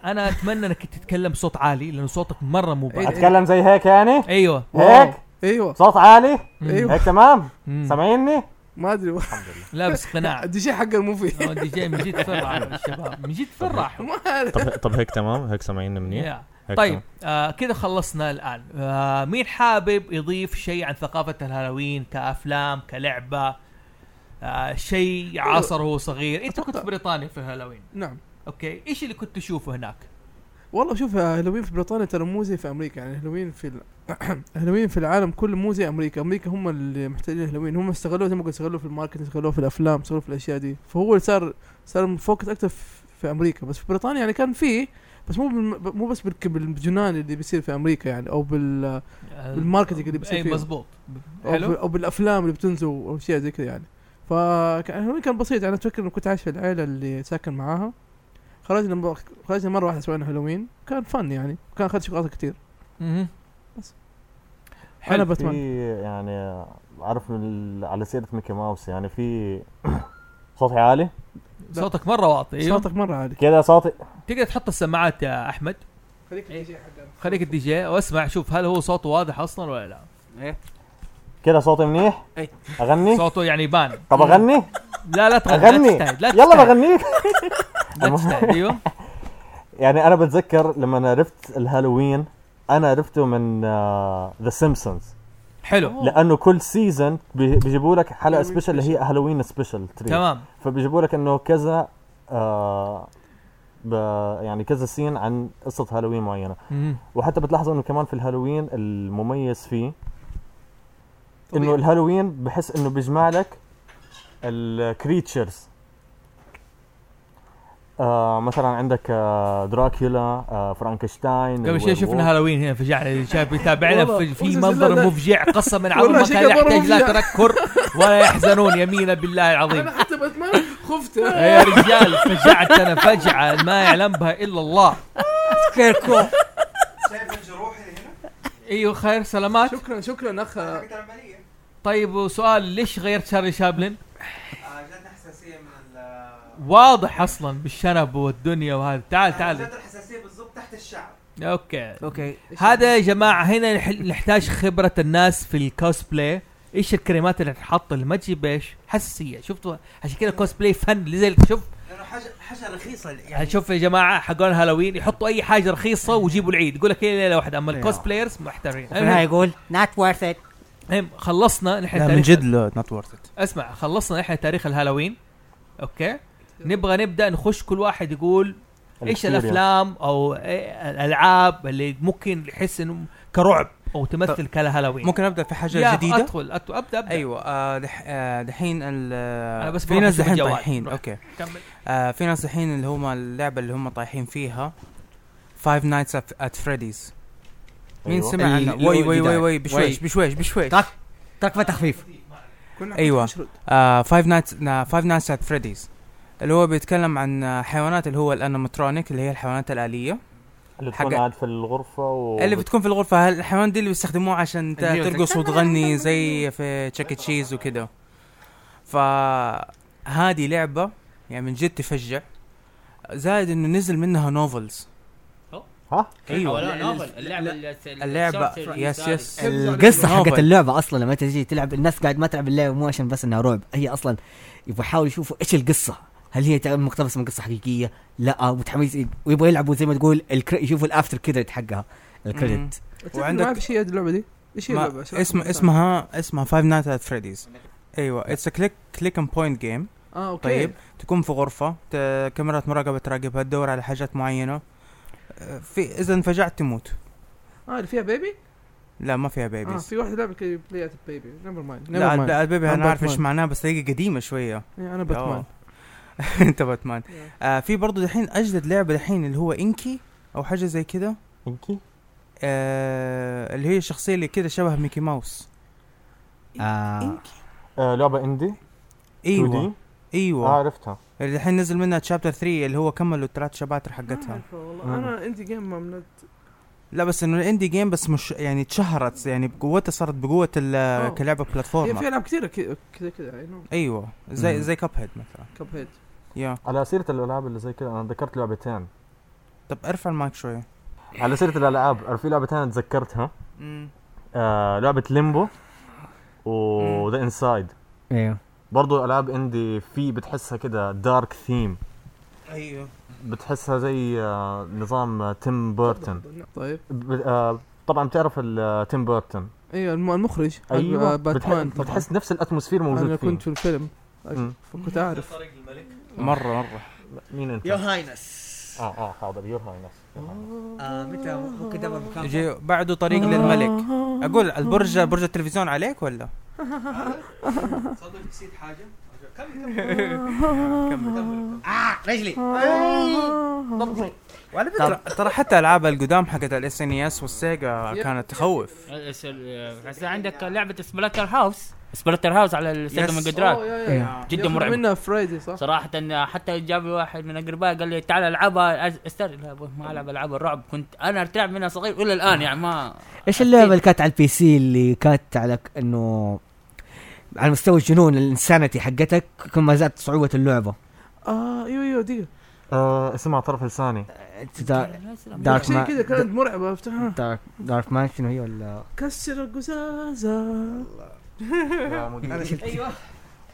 Speaker 1: انا اتمنى انك تتكلم بصوت عالي لانه صوتك مره مو
Speaker 2: إيه.
Speaker 1: بعد
Speaker 4: اتكلم زي هيك يعني
Speaker 1: ايوه
Speaker 4: هيك
Speaker 2: ايوه
Speaker 4: صوت عالي
Speaker 1: مم.
Speaker 2: ايوه
Speaker 4: هيك تمام
Speaker 1: أيوه. مم.
Speaker 4: سامعيني
Speaker 2: ما ادري
Speaker 1: لابس قناع
Speaker 2: دي شيء حق الموفي
Speaker 1: دي جاي من جد فرح الشباب من جد فرح
Speaker 2: ما أعرف.
Speaker 9: طب طب هيك تمام هيك سامعيني منيح هيك
Speaker 1: طيب
Speaker 9: تمام.
Speaker 1: آه كذا خلصنا الان آه مين حابب يضيف شيء عن ثقافه الهالوين كافلام كلعبه آه شيء عاصره وهو صغير انت كنت في بريطانيا في الهالوين
Speaker 2: نعم
Speaker 1: اوكي ايش اللي كنت تشوفه هناك
Speaker 2: والله شوف آه، هالوين في بريطانيا ترى مو زي في امريكا يعني هالوين في ال... هالوين في العالم كله مو زي امريكا امريكا هم اللي محتاجين هالوين هم استغلوه زي ما قلت استغلوه في الماركتنج استغلوه في الافلام استغلوه في الاشياء دي فهو صار صار مفوكس اكثر في في امريكا بس في بريطانيا يعني كان فيه بس مو بالم... مو بس بالك- بالجنان اللي بيصير في امريكا يعني او بال
Speaker 1: آه،
Speaker 2: بالماركتينج اللي بيصير
Speaker 1: اي
Speaker 2: فيه.
Speaker 1: مزبوط
Speaker 2: او, بال...
Speaker 1: حلو
Speaker 2: أو بالافلام اللي بتنزل او اشياء زي كذا يعني فكان هالوين كان بسيط يعني اتذكر انه كنت عايش في العيله اللي ساكن معاها خرجنا م... خرجنا مره واحده سوينا هالوين كان فن يعني كان اخذت شوكولاته كثير
Speaker 1: مهم.
Speaker 2: بس.
Speaker 1: حلو
Speaker 2: انا باتمان
Speaker 4: في يعني عارف ال- على سيره ميكي ماوس يعني في صوتي عالي
Speaker 1: صوتك مره واطي أيوه.
Speaker 2: صوتك مره عالي
Speaker 4: كذا صوتي
Speaker 1: تقدر تحط السماعات يا احمد
Speaker 2: خليك الدي حقنا
Speaker 1: خليك الدي جي واسمع شوف هل هو صوته واضح اصلا ولا لا
Speaker 4: كذا صوتي منيح
Speaker 5: إيه.
Speaker 4: اغني
Speaker 1: صوته يعني يبان
Speaker 4: طب اغني
Speaker 1: لا لا تغني لا
Speaker 4: اغني
Speaker 1: تجتهد لا
Speaker 4: يلا
Speaker 1: تجتهد،
Speaker 4: بغنيك
Speaker 1: لا تجتهد ايوه
Speaker 4: يعني انا بتذكر لما عرفت الهالوين انا عرفته من آه، ذا سيمبسونز
Speaker 1: حلو
Speaker 4: لانه كل سيزون بيجيبوا لك حلقه
Speaker 2: هالوين
Speaker 4: سبيشل اللي هي هالوين سبيشل
Speaker 1: تمام
Speaker 4: فبيجيبوا لك انه كذا آه ب- يعني كذا سين عن قصه هالوين معينه
Speaker 1: مهم.
Speaker 4: وحتى بتلاحظ انه كمان في الهالوين المميز فيه انه الهالوين بحس انه بيجمع لك الكريتشرز آه مثلا عندك آه دراكولا آه فرانكشتاين
Speaker 1: قبل شوي شفنا
Speaker 4: الويرولف.
Speaker 1: هالوين هنا فجأة شاف يتابعنا
Speaker 2: والله،
Speaker 1: في, في
Speaker 2: أقسم
Speaker 1: منظر
Speaker 2: بالله.
Speaker 1: مفجع قسما
Speaker 2: والله
Speaker 1: عظيما ما
Speaker 2: شيء
Speaker 1: كان
Speaker 2: مرة
Speaker 1: يحتاج لا
Speaker 2: مفجع.
Speaker 1: تنكر ولا يحزنون يمينا بالله العظيم
Speaker 2: انا حتى باتمان خفت
Speaker 1: يا رجال فجعتنا فجعة ما يعلم بها إلا الله
Speaker 6: كيركو
Speaker 10: شايف الجروح اللي هنا؟
Speaker 1: أيوه خير سلامات
Speaker 2: شكرا شكرا اخ
Speaker 10: حقت العملية
Speaker 1: طيب وسؤال ليش غيرت شارلي شابلن
Speaker 10: آه، جاتنا حساسية من ال
Speaker 1: واضح أصلا بالشنب والدنيا وهذا تعال تعال
Speaker 10: جاتنا حساسية بالضبط تحت الشعر
Speaker 1: أوكي
Speaker 6: اوكي
Speaker 1: هذا يا جماعة هنا نح- نحتاج خبرة الناس في الكوسبلاي ايش الكريمات اللي تحط اللي ما تجيب ايش؟ حساسية شفتوا عشان كذا كوسبلاي فن زي شوف
Speaker 10: لأنه حاجة حاجة رخيصة يعني
Speaker 1: يعني شوف يا جماعه حقون هالوين يحطوا اي حاجه رخيصه ويجيبوا العيد يقول لك إيه، هي ليله واحده اما
Speaker 7: إيه.
Speaker 1: الكوست بلايرز محتارين
Speaker 8: في النهايه يقول نات ورث ات
Speaker 1: المهم خلصنا نحن
Speaker 7: لا
Speaker 1: تاريخ-
Speaker 7: من جد لا نوت ورث ات
Speaker 1: اسمع خلصنا نحن تاريخ الهالوين اوكي نبغى نبدا نخش كل واحد يقول ايش
Speaker 4: Experience.
Speaker 1: الافلام او إيه الالعاب اللي ممكن يحس انه كرعب او تمثل كهالوين
Speaker 7: ممكن ابدا في
Speaker 1: يا
Speaker 7: حاجه جديده
Speaker 1: ادخل أت- ابدا ابدا
Speaker 3: أيوه.
Speaker 7: ايوه
Speaker 3: أيوة،
Speaker 7: آه، دح- آه، دحين ال- آه،
Speaker 1: أنا بس
Speaker 7: في
Speaker 1: بروح
Speaker 7: ناس
Speaker 1: أشوف
Speaker 7: دحين
Speaker 1: الجوال.
Speaker 7: طايحين
Speaker 1: روح.
Speaker 7: اوكي
Speaker 1: كمل
Speaker 7: آه، في ناس دحين اللي هم اللعبه اللي هم طايحين فيها فايف نايتس ات فريديز مين
Speaker 4: أيوة.
Speaker 7: سمع عنها
Speaker 6: اللي هو
Speaker 7: وي وي وي
Speaker 6: الجدار.
Speaker 7: وي
Speaker 6: وي.
Speaker 7: بشويش بشويش بشويش
Speaker 6: طق طق فتح خفيف
Speaker 3: أيوه.
Speaker 7: ايوه
Speaker 3: آه،
Speaker 7: فايف نايتس فايف نايتس ات فريديز اللي هو بيتكلم عن آه، حيوانات اللي هو الانيماترونيك اللي هي الحيوانات الاليه
Speaker 4: اللي تكون
Speaker 3: حق-
Speaker 4: قاعد في الغرفه و...
Speaker 3: اللي بتكون في الغرفه الحيوان دي اللي بيستخدموه عشان ت-
Speaker 4: الميوزك.
Speaker 3: ترقص وتغني زي في تشيك تشيز وكده فهذه لعبه يعني من جد تفجع زائد انه نزل منها نوفلز
Speaker 4: ها
Speaker 3: ايوه
Speaker 5: لا، نوفل.
Speaker 3: ال-
Speaker 5: اللعبة
Speaker 3: ال-
Speaker 5: اللي- اللي-
Speaker 3: اللعبه
Speaker 5: الشورت
Speaker 3: يس يس
Speaker 6: القصه حقت
Speaker 3: نوفل.
Speaker 6: اللعبه اصلا لما تجي تلعب الناس قاعد ما تلعب اللعبه مو عشان بس انها رعب هي اصلا يبغوا يحاولوا يشوفوا ايش القصه هل هي تعب- مقتبسه من قصه حقيقيه لا متحمس ويبغوا يلعبوا زي ما تقول الكر... يشوفوا الافتر كريدت حقها الكريدت
Speaker 2: وعندك ما اعرف ايش هي هذه اللعبه دي ايش هي
Speaker 3: ما-
Speaker 2: اللعبه عشان
Speaker 3: اسم
Speaker 2: أكون
Speaker 3: اسمها اسمها فايف نايت ات فريديز ايوه اتس كليك كليك اند بوينت جيم
Speaker 2: آه، أوكي.
Speaker 3: طيب تكون في غرفه ت- كاميرات مراقبه تراقبها تدور على حاجات معينه آه، في اذا انفجعت تموت
Speaker 2: فاهم. اه اللي فيها بيبي؟
Speaker 3: لا ما فيها
Speaker 2: اه
Speaker 3: بيبيز
Speaker 2: في واحد لعبه كذا بلايات البيبي نيفر مايند
Speaker 3: لا لا البيبي انا عارف ايش معناه بس هي قديمه شويه
Speaker 2: إيه، أنا باتمان.
Speaker 3: أوه. انت باتمان آه في برضه دحين اجدد لعبه دحين اللي هو انكي او حاجه زي كده
Speaker 4: انكي
Speaker 3: آه اللي هي الشخصيه اللي كده شبه ميكي ماوس
Speaker 6: آه.
Speaker 4: آه لعبه اندي
Speaker 1: أيوة.
Speaker 3: ايوه
Speaker 4: 2D.
Speaker 3: ايوه
Speaker 4: آه، عرفتها
Speaker 3: اللي الحين نزل منها تشابتر 3 اللي هو كملوا الثلاث شباتر حقتها
Speaker 2: آه. والله انا انت جيم ما منت
Speaker 3: لا بس انه الاندي جيم بس مش يعني اتشهرت يعني بقوتها صارت بقوه ال-
Speaker 2: أوه.
Speaker 3: كلعبه
Speaker 2: هي في
Speaker 3: بلاتفورما
Speaker 2: العاب كثيره كذا كذا- كذا يعني
Speaker 3: ايوه زي
Speaker 4: مم.
Speaker 3: زي كاب هيد مثلا
Speaker 2: كب هيد
Speaker 3: يا
Speaker 4: على سيره الالعاب اللي زي كذا انا ذكرت لعبتين
Speaker 3: طب ارفع المايك شويه
Speaker 4: على سيره الالعاب في لعبتين تذكرتها
Speaker 3: مم.
Speaker 4: آه لعبه ليمبو وذا انسايد
Speaker 6: ايوه
Speaker 4: برضو العاب اندي في بتحسها كده دارك ثيم
Speaker 6: أيوه.
Speaker 3: ايوه
Speaker 4: بتحسها زي آه، نظام آه، تيم بيرتون
Speaker 2: طيب
Speaker 4: ب- آه، طبعا بتعرف ال- آه، تيم بيرتون
Speaker 2: ايوه الم- المخرج حق
Speaker 4: ايوه
Speaker 2: باتمان
Speaker 4: بتح-
Speaker 2: طبعا
Speaker 4: بتحس نفس الاتموسفير موجود
Speaker 2: انا
Speaker 4: فيه
Speaker 2: كنت في الفيلم
Speaker 4: مم.
Speaker 2: فكنت اعرف
Speaker 3: مره مره
Speaker 4: مين انت؟
Speaker 8: يور هاينس
Speaker 4: اه اه حاضر يور هاينس
Speaker 8: آه، متى ممكن دبر
Speaker 2: آه.
Speaker 8: مكان
Speaker 3: يجي بعده طريق للملك اقول البرج برج التلفزيون عليك ولا
Speaker 10: تصدق نسيت حاجه كمل كمل كمل
Speaker 8: آه، رجلي
Speaker 3: وعلى فكره ترى حتى العاب القدام حقت الاس ان اس E والسيجا
Speaker 2: يب.
Speaker 3: كانت تخوف
Speaker 5: إيش ال- هسه عندك لعبه سبلاتر هاوس سبلاتر هاوس على السيجا
Speaker 3: يس.
Speaker 5: ميجا
Speaker 2: أوه،
Speaker 5: درايف
Speaker 2: يا- يا-
Speaker 6: إيه.
Speaker 2: يا.
Speaker 5: جدا
Speaker 2: ياخذ
Speaker 5: مرعبة.
Speaker 2: منها فرايدي صح؟
Speaker 5: صراحة إن حتى جاب لي واحد من اقربائي قال لي تعال العبها أز- استر لا أبوي ما العب العاب الرعب كنت انا ارتعب منها صغير والى الان يعني ما
Speaker 6: ايش اللعبه اللي كانت على البي سي اللي كانت على ك- انه على مستوى الجنون الانسانتي حقتك كل ما زادت صعوبه اللعبه
Speaker 2: اه ايوه ايوه دقيقه
Speaker 4: آه اسمها طرف لساني
Speaker 6: دا- دارك
Speaker 2: شيء
Speaker 6: ما
Speaker 2: كذا كانت مرعبه افتحها
Speaker 6: دارك دارك مانشن هي ولا
Speaker 2: كسر القزازه
Speaker 8: انا شلت ايوه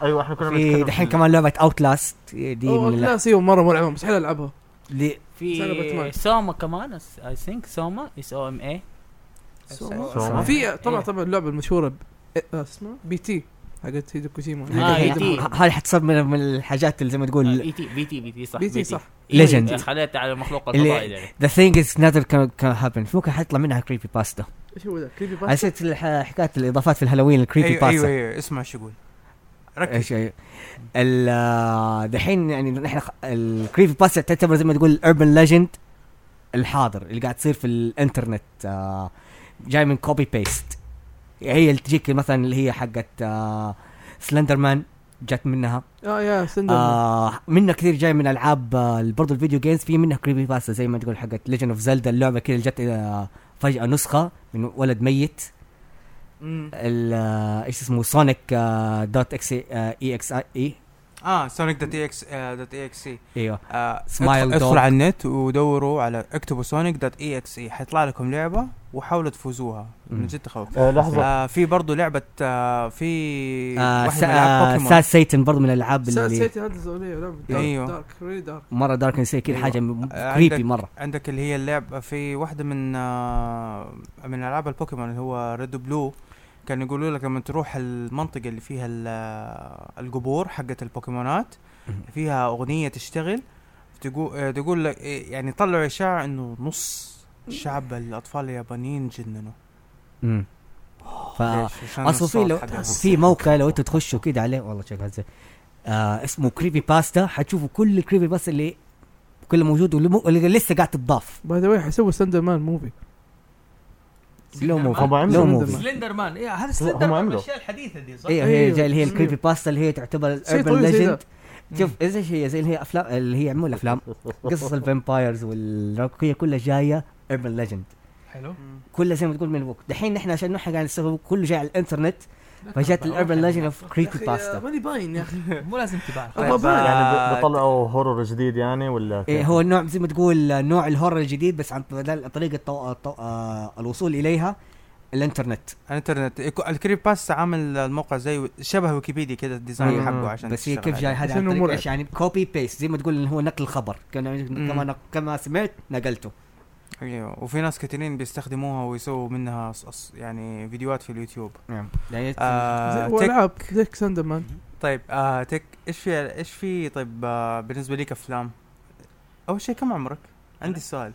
Speaker 4: ايوه احنا كنا
Speaker 6: في
Speaker 4: بنتكلم
Speaker 6: دحين
Speaker 4: في-
Speaker 6: كمان لعبه اوت لاست دي
Speaker 2: اوه
Speaker 6: من الألعاب
Speaker 2: كلاس ايوه مره مرعبه مستحيل العبها
Speaker 6: اللي
Speaker 2: سنة
Speaker 5: في
Speaker 2: باتمان.
Speaker 5: سوما كمان اي ثينك سوما اس او ام اي
Speaker 4: سوما.
Speaker 2: في طبعا
Speaker 5: إيه.
Speaker 2: طبعا اللعبه المشهوره ب- إيه، آه، اسمها بي تي حقت هيدو كوجيما
Speaker 5: آه،
Speaker 6: هذه-
Speaker 5: إي تي.
Speaker 6: ه- هذه حتصير من من الحاجات اللي زي ما تقول
Speaker 5: اي تي بي تي بي تي صح
Speaker 2: بي تي صح
Speaker 6: Legend.
Speaker 5: خليتها على المخلوق
Speaker 6: اللي-
Speaker 5: الفضائي يعني.
Speaker 6: ذا ثينج از نذر كان هابن ممكن حيطلع منها كريبي باستا
Speaker 2: ايش هو ذا كريبي
Speaker 6: على
Speaker 2: باست
Speaker 6: سيره الح- حكايه الاضافات في الهالوين الكريبي
Speaker 3: ايوه ايوه,
Speaker 6: باستا
Speaker 3: أيوة اسمع شو يقول ركز
Speaker 6: ايش أيوة. ال- آه، دحين يعني نحن خ- الكريبي باستا تعتبر زي ما تقول الاربن ليجند الحاضر اللي قاعد تصير في الانترنت آه، جاي من كوبي بيست هي اللي تجيك مثلا اللي هي حقت سلندر مان جت منها
Speaker 2: اه يا سندر
Speaker 6: آه منها كثير جاي من العاب آه برضو الفيديو جيمز في منها كريبي باستا زي ما تقول حقت ليجن اوف زلدا اللعبه كذا جت آه فجاه نسخه من ولد ميت
Speaker 3: مم.
Speaker 6: ال- آه، ايش اسمه سونيك آه E دوت اكس اي اكس اي
Speaker 3: اه سونيك دوت اي اكس دوت اي اكس اي
Speaker 6: ايوه Smile
Speaker 3: سمايل
Speaker 6: Dog.
Speaker 3: آه، ادخل على النت ودوروا على اكتبوا سونيك دوت اي اكس اي حيطلع لكم لعبه وحاولوا تفوزوها من
Speaker 6: مم.
Speaker 3: جد تخوف
Speaker 4: آه لحظه
Speaker 3: آه في برضه لعبه آه في
Speaker 6: آه
Speaker 3: واحد من
Speaker 6: سا-
Speaker 3: العاب بوكيمون
Speaker 6: ساس سيتن برضو من الالعاب اللي
Speaker 2: سيتي هذا الزولية لعبة
Speaker 3: أيوه.
Speaker 2: دارك دارك ريلي دارك
Speaker 6: مره دارك نسيت كذا
Speaker 3: أيوة.
Speaker 6: حاجه
Speaker 3: آه،
Speaker 6: كريبي
Speaker 3: عندك-
Speaker 6: مره
Speaker 3: عندك اللي هي اللعبه في واحده من آه من العاب البوكيمون اللي هو ريد بلو كانوا يقولوا لك لما تروح المنطقه اللي فيها ال- آه، القبور حقت البوكيمونات فيها اغنيه تشتغل تقول آه، تقول لك إيه، يعني طلعوا اشاعه انه نص شعب الاطفال اليابانيين جننوا
Speaker 6: مم.
Speaker 3: إيه.
Speaker 6: ف
Speaker 3: ليش؟ عشان
Speaker 6: اصلا آه، في
Speaker 3: الصوت
Speaker 6: لو
Speaker 3: حقهم.
Speaker 6: في موقع لو انت تخشوا كده عليه والله شكله زي آه اسمه كريبي باستا حتشوفوا كل الكريبي باستا اللي كله موجود واللي مو- اللي لسه قاعد تضاف
Speaker 2: باي ذا واي حيسوي سندر مان موفي
Speaker 6: لو موفي
Speaker 4: هم عملوا
Speaker 6: لو
Speaker 2: من
Speaker 6: موفي
Speaker 2: زمان.
Speaker 1: سلندر مان إيه، هذا
Speaker 4: هم
Speaker 1: سلندر مان من
Speaker 4: عملوا.
Speaker 10: إيه.
Speaker 1: الاشياء الحديثه دي صح؟
Speaker 6: ايوه
Speaker 2: أيوه.
Speaker 6: هي جاي اللي هي
Speaker 2: شيء-
Speaker 6: الكريبي باستا اللي هي تعتبر
Speaker 2: شيء
Speaker 6: الاربن
Speaker 2: طويل زي
Speaker 6: ليجند
Speaker 2: ده.
Speaker 6: شوف اذا شيء زي اللي هي افلام اللي هي عموما الافلام قصص الفامبايرز والروكيه كلها جايه اربن ليجند
Speaker 1: حلو
Speaker 6: كلها زي ما تقول من البوك دحين نحن عشان نحن قاعد نستخدم كله جاي على الانترنت فجت الاربن ليجند اوف كريبي باستا
Speaker 2: آه، ماني باين يا اخي
Speaker 1: مو لازم تبان
Speaker 3: طيب،
Speaker 4: يعني بيطلعوا هورر جديد يعني ولا كيف؟
Speaker 6: إيه هو النوع زي ما تقول نوع الهورر الجديد بس عن بدل- طريقه طو... طو... آه الوصول اليها الانترنت
Speaker 3: الانترنت يكو- الكريب باس عامل الموقع زي شبه ويكيبيديا كده الديزاين
Speaker 6: مم.
Speaker 3: حقه عشان
Speaker 6: آه، بس هي
Speaker 3: تشتغل
Speaker 6: كيف جاي
Speaker 3: عليه.
Speaker 6: هذا عن طريق ايش يعني كوبي بيست زي ما تقول انه هو نقل خبر كما كما نق- كما سمعت نقلته
Speaker 3: ايوه وفي ناس كثيرين بيستخدموها ويسووا منها أص- أص- يعني فيديوهات في اليوتيوب
Speaker 6: نعم
Speaker 3: آه، تك-
Speaker 2: والعاب زي ساندر مان
Speaker 3: طيب آه تك ايش في ايش في طيب آه بالنسبه ليك افلام اول شيء كم عمرك عندي سؤال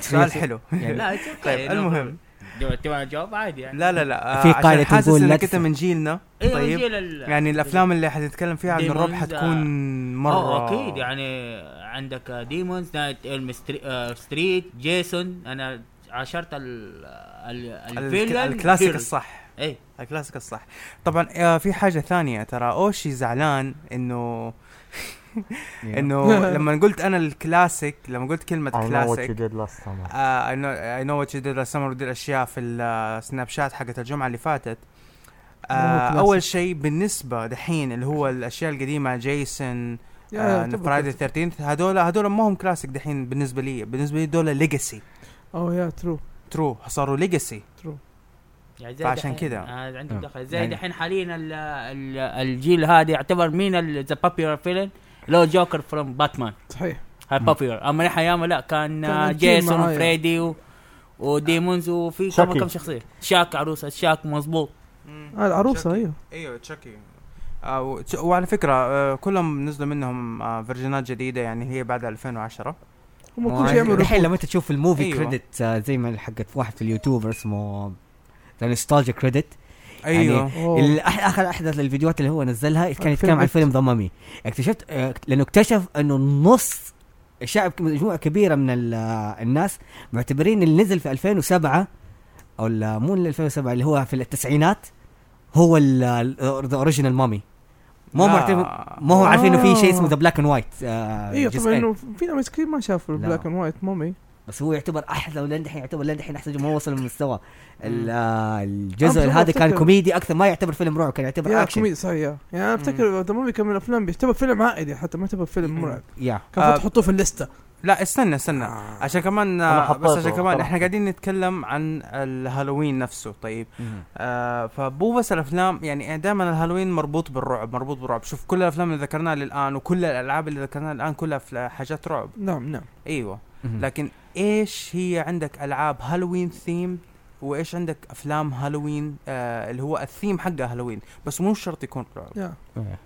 Speaker 3: سؤال حلو
Speaker 6: يعني
Speaker 5: لا it's okay.
Speaker 3: طيب
Speaker 5: No
Speaker 3: المهم
Speaker 5: problem. Do- تبغى اجاوب عادي يعني
Speaker 3: لا لا لا آه،
Speaker 6: في
Speaker 3: عشان
Speaker 6: قاعدة
Speaker 3: حاسس
Speaker 6: تقول لا
Speaker 3: انك انت
Speaker 6: تسأل.
Speaker 3: من جيلنا
Speaker 5: إيه، من
Speaker 3: طيب
Speaker 5: جيل ال-
Speaker 3: يعني الافلام اللي حنتكلم فيها عن الرعب
Speaker 5: Demons، آه.
Speaker 3: حتكون مره
Speaker 5: أوه، اكيد يعني عندك ديمونز نايت الم آه، ستريت جيسون انا عاشرت ال ال
Speaker 3: الك-
Speaker 5: الفيلن إيه.
Speaker 3: الكلاسيك
Speaker 5: هيرو.
Speaker 3: الصح
Speaker 5: اي
Speaker 3: الكلاسيك الصح طبعا آه في حاجه ثانيه ترى اوشي زعلان انه انه لما قلت انا الكلاسيك لما قلت كلمه
Speaker 4: I know what you
Speaker 3: كلاسيك آه،
Speaker 4: did last summer
Speaker 3: اي نو اي نو وات يو ديد لast summer ودي الاشياء في السناب شات حقت الجمعه اللي فاتت آه
Speaker 2: هو كلاسيك.
Speaker 3: اول شيء بالنسبه دحين اللي هو الاشياء القديمه جيسون آه،
Speaker 2: يا يعتبر
Speaker 3: فرايدي 13 هذول هذول ما هم كلاسيك دحين بالنسبه لي بالنسبه لي دول ليجاسي
Speaker 2: اوه يا ترو
Speaker 3: ترو صاروا ليجاسي
Speaker 5: يعني
Speaker 3: فعشان
Speaker 5: دحين-
Speaker 3: كده.
Speaker 5: آه، عندك
Speaker 3: مم.
Speaker 5: دخل زي
Speaker 3: يعني-
Speaker 5: دحين حاليا ال- ال- الجيل هذا يعتبر مين ذا بابيولار فيلن لو جوكر فروم باتمان
Speaker 2: صحيح
Speaker 5: هاي بابيولار اما نحن ايام لا كان,
Speaker 2: كان
Speaker 5: آه،
Speaker 2: الجيل
Speaker 5: جيسون
Speaker 2: معايا.
Speaker 5: وفريدي و... وديمونز وفي كم
Speaker 2: شاكي.
Speaker 5: كم شخصيه شاك عروسه شاك مظبوط
Speaker 2: آه، العروسه ايوه
Speaker 3: ايوه تشاكي آه و- تش- وعلى فكره آه كلهم نزلوا منهم آه فيرجنات جديده يعني هي بعد 2010
Speaker 2: هم كل شيء يعملوا
Speaker 6: الحين لما انت تشوف الموفي
Speaker 3: أيوة.
Speaker 6: أيوة. كريدت آه، زي ما حقت واحد في اليوتيوب اسمه نوستالجيا كريدت
Speaker 3: أيوة.
Speaker 6: يعني ال- أح- اخر احدث الفيديوهات اللي هو نزلها كان يتكلم عن
Speaker 2: X.
Speaker 6: فيلم ذا مامي اكتشفت آه، لانه اكتشف انه نص الشعب مجموعه كبيره من ال- آه، الناس معتبرين اللي نزل في 2007 او لا، آه، مو اللي 2007 اللي هو في التسعينات هو آه، ذا اوريجينال مامي ما هم
Speaker 3: لا.
Speaker 6: عارفين ما هم عارفين انه في شيء اسمه
Speaker 2: آه.
Speaker 6: ذا بلاك اند وايت آه،
Speaker 2: ايوه طبعا انه في ناس كثير ما شافوا البلاك اند وايت مومي
Speaker 6: بس هو يعتبر احلى ولين دحين يعتبر لين دحين احسن ما وصل للمستوى ال-
Speaker 2: مم.
Speaker 6: آه،
Speaker 2: أنا
Speaker 6: الجزء
Speaker 2: بصراحة
Speaker 6: هذا كان
Speaker 2: أفتكر-
Speaker 6: كوميدي اكثر ما يعتبر فيلم رعب كان يعتبر
Speaker 2: يا
Speaker 6: اكشن
Speaker 2: كوميدي صحيح يا. يعني انا افتكر ذا مومي كان من الافلام بيعتبر فيلم عائلي حتى ما يعتبر فيلم مرعب
Speaker 6: يا
Speaker 2: كان
Speaker 3: آه،
Speaker 2: المفروض تحطوه في الليسته
Speaker 3: لا استنى استنى عشان كمان
Speaker 4: أنا
Speaker 3: آه
Speaker 4: حطيته
Speaker 3: بس عشان كمان
Speaker 4: صراحة.
Speaker 3: احنا قاعدين نتكلم عن الهالوين نفسه طيب
Speaker 6: مم.
Speaker 3: آه فمو بس الافلام يعني دائما الهالوين مربوط بالرعب مربوط بالرعب شوف كل الافلام اللي ذكرناها للان وكل الالعاب اللي ذكرناها الان كلها في حاجات رعب
Speaker 2: نعم نعم
Speaker 3: ايوه
Speaker 6: مم.
Speaker 3: لكن ايش هي عندك العاب هالوين ثيم وايش عندك افلام هالوين آه اللي هو الثيم حقه هالوين بس مو شرط يكون رعب
Speaker 2: يا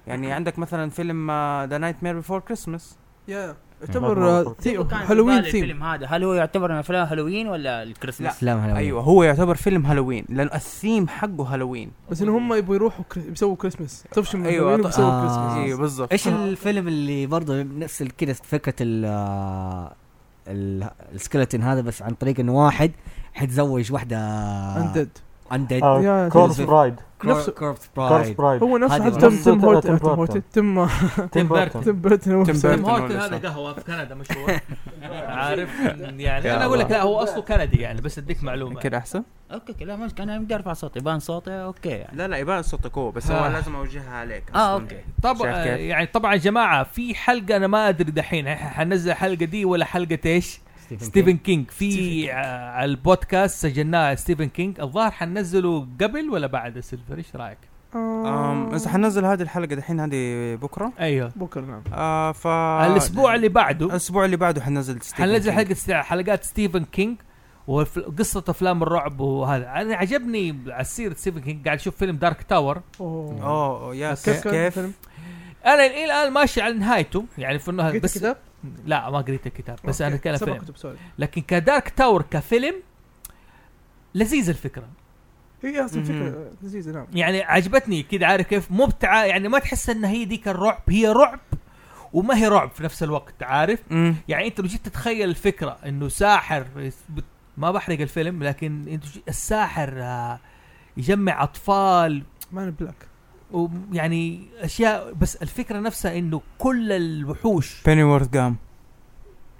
Speaker 3: يعني
Speaker 1: نعم.
Speaker 3: عندك مثلا فيلم آه، ذا نايت مير بيفور كريسمس
Speaker 2: يا
Speaker 4: ما- ما-
Speaker 2: يعتبر آه،
Speaker 5: كان
Speaker 2: ثيم-
Speaker 5: في
Speaker 2: هالوين
Speaker 5: بالي
Speaker 2: ثيم
Speaker 5: الفيلم هذا هل هو يعتبر من افلام هالوين ولا الكريسماس؟
Speaker 6: افلام
Speaker 1: نعم.
Speaker 6: هالوين.
Speaker 3: ايوه هو يعتبر فيلم هالوين لانه الثيم حقه هالوين
Speaker 2: بس ان هم يبغوا يروحوا كري- بيسووا كريسماس تفشوا من
Speaker 3: ايوه
Speaker 2: هالوين
Speaker 3: أط-
Speaker 2: وبيسووا
Speaker 3: آه.
Speaker 2: كريسماس
Speaker 3: ايوه بالضبط
Speaker 6: ايش الفيلم اللي برضه نفس ال- كده فكره ال آه، ال- السكلتين هذا بس عن طريق انه واحد حيتزوج واحده
Speaker 2: اندد
Speaker 4: آه،
Speaker 6: اندد
Speaker 2: يا
Speaker 4: كورس
Speaker 6: زي-
Speaker 4: برايد
Speaker 6: نفسه
Speaker 2: نفسه-
Speaker 6: كوربس
Speaker 4: كورس
Speaker 6: برايد
Speaker 4: برايد
Speaker 2: هو نفسه
Speaker 6: هذه
Speaker 2: حتى تم
Speaker 4: نفسه
Speaker 2: تم
Speaker 4: تم
Speaker 2: هوت تم
Speaker 4: بيرتون.
Speaker 2: هوت تم
Speaker 1: تيم بيرتون
Speaker 2: تم بيرتون هو
Speaker 3: تيم
Speaker 2: سوى.
Speaker 1: تيم هورتن
Speaker 3: هذا
Speaker 1: هذا قهوه في كندا مشهور عارف
Speaker 3: يا
Speaker 1: يعني انا اقول لك
Speaker 3: الله.
Speaker 1: لا هو اصله كندي يعني بس اديك معلومه
Speaker 3: كده احسن
Speaker 5: اوكي أوكي، لا مش انا بدي ارفع صوتي يبان صوتي اوكي يعني
Speaker 3: لا لا يبان صوتك هو بس
Speaker 1: آه.
Speaker 3: هو لازم اوجهها عليك
Speaker 5: اه اوكي
Speaker 1: طبعا
Speaker 3: شايف كيف؟
Speaker 1: يعني طبعا يا جماعه في حلقه انا ما ادري دحين ح- حنزل حلقه دي ولا حلقه ايش ستيفن كينج في ع- على البودكاست سجلناه ستيفن كينج الظاهر حننزله قبل ولا بعد السيلفر ايش رايك
Speaker 3: أم، Um, بس حنزل هذه الحلقه دحين هذه بكره
Speaker 1: ايوه
Speaker 2: بكره نعم
Speaker 3: آه ف
Speaker 1: الاسبوع اللي بعده
Speaker 3: الاسبوع اللي بعده حننزل ستيفن
Speaker 1: حننزل
Speaker 3: كينج.
Speaker 1: حلقه ست- حلقات ستيفن كينج وقصة افلام الرعب وهذا انا عجبني على سيرة ستيفن كينج قاعد اشوف فيلم دارك تاور
Speaker 2: اوه
Speaker 3: اوه يا
Speaker 2: كيف
Speaker 3: كيف
Speaker 2: كان
Speaker 3: كيف
Speaker 2: الفيلم؟
Speaker 1: انا الى الان ماشي على نهايته يعني في النهايه
Speaker 2: قريت
Speaker 1: بس
Speaker 2: الكتاب؟
Speaker 1: لا ما قريت الكتاب بس
Speaker 2: أوكي.
Speaker 1: انا اتكلم
Speaker 2: سبع
Speaker 1: فيلم
Speaker 2: كتب سوري
Speaker 1: لكن كدارك تاور كفيلم لذيذ الفكره
Speaker 2: هي اصلا
Speaker 3: مهم.
Speaker 2: فكره لذيذه نعم
Speaker 1: يعني عجبتني كذا عارف كيف مبتعه يعني ما تحس ان هي ذيك الرعب هي رعب وما هي رعب في نفس الوقت عارف
Speaker 3: مم.
Speaker 1: يعني انت لو جيت تتخيل الفكره انه ساحر بت- ما بحرق الفيلم لكن انت جي- الساحر آه، يجمع اطفال
Speaker 2: مان بلاك
Speaker 1: ويعني اشياء يعني بس الفكره نفسها انه كل الوحوش
Speaker 3: بيني وورث قام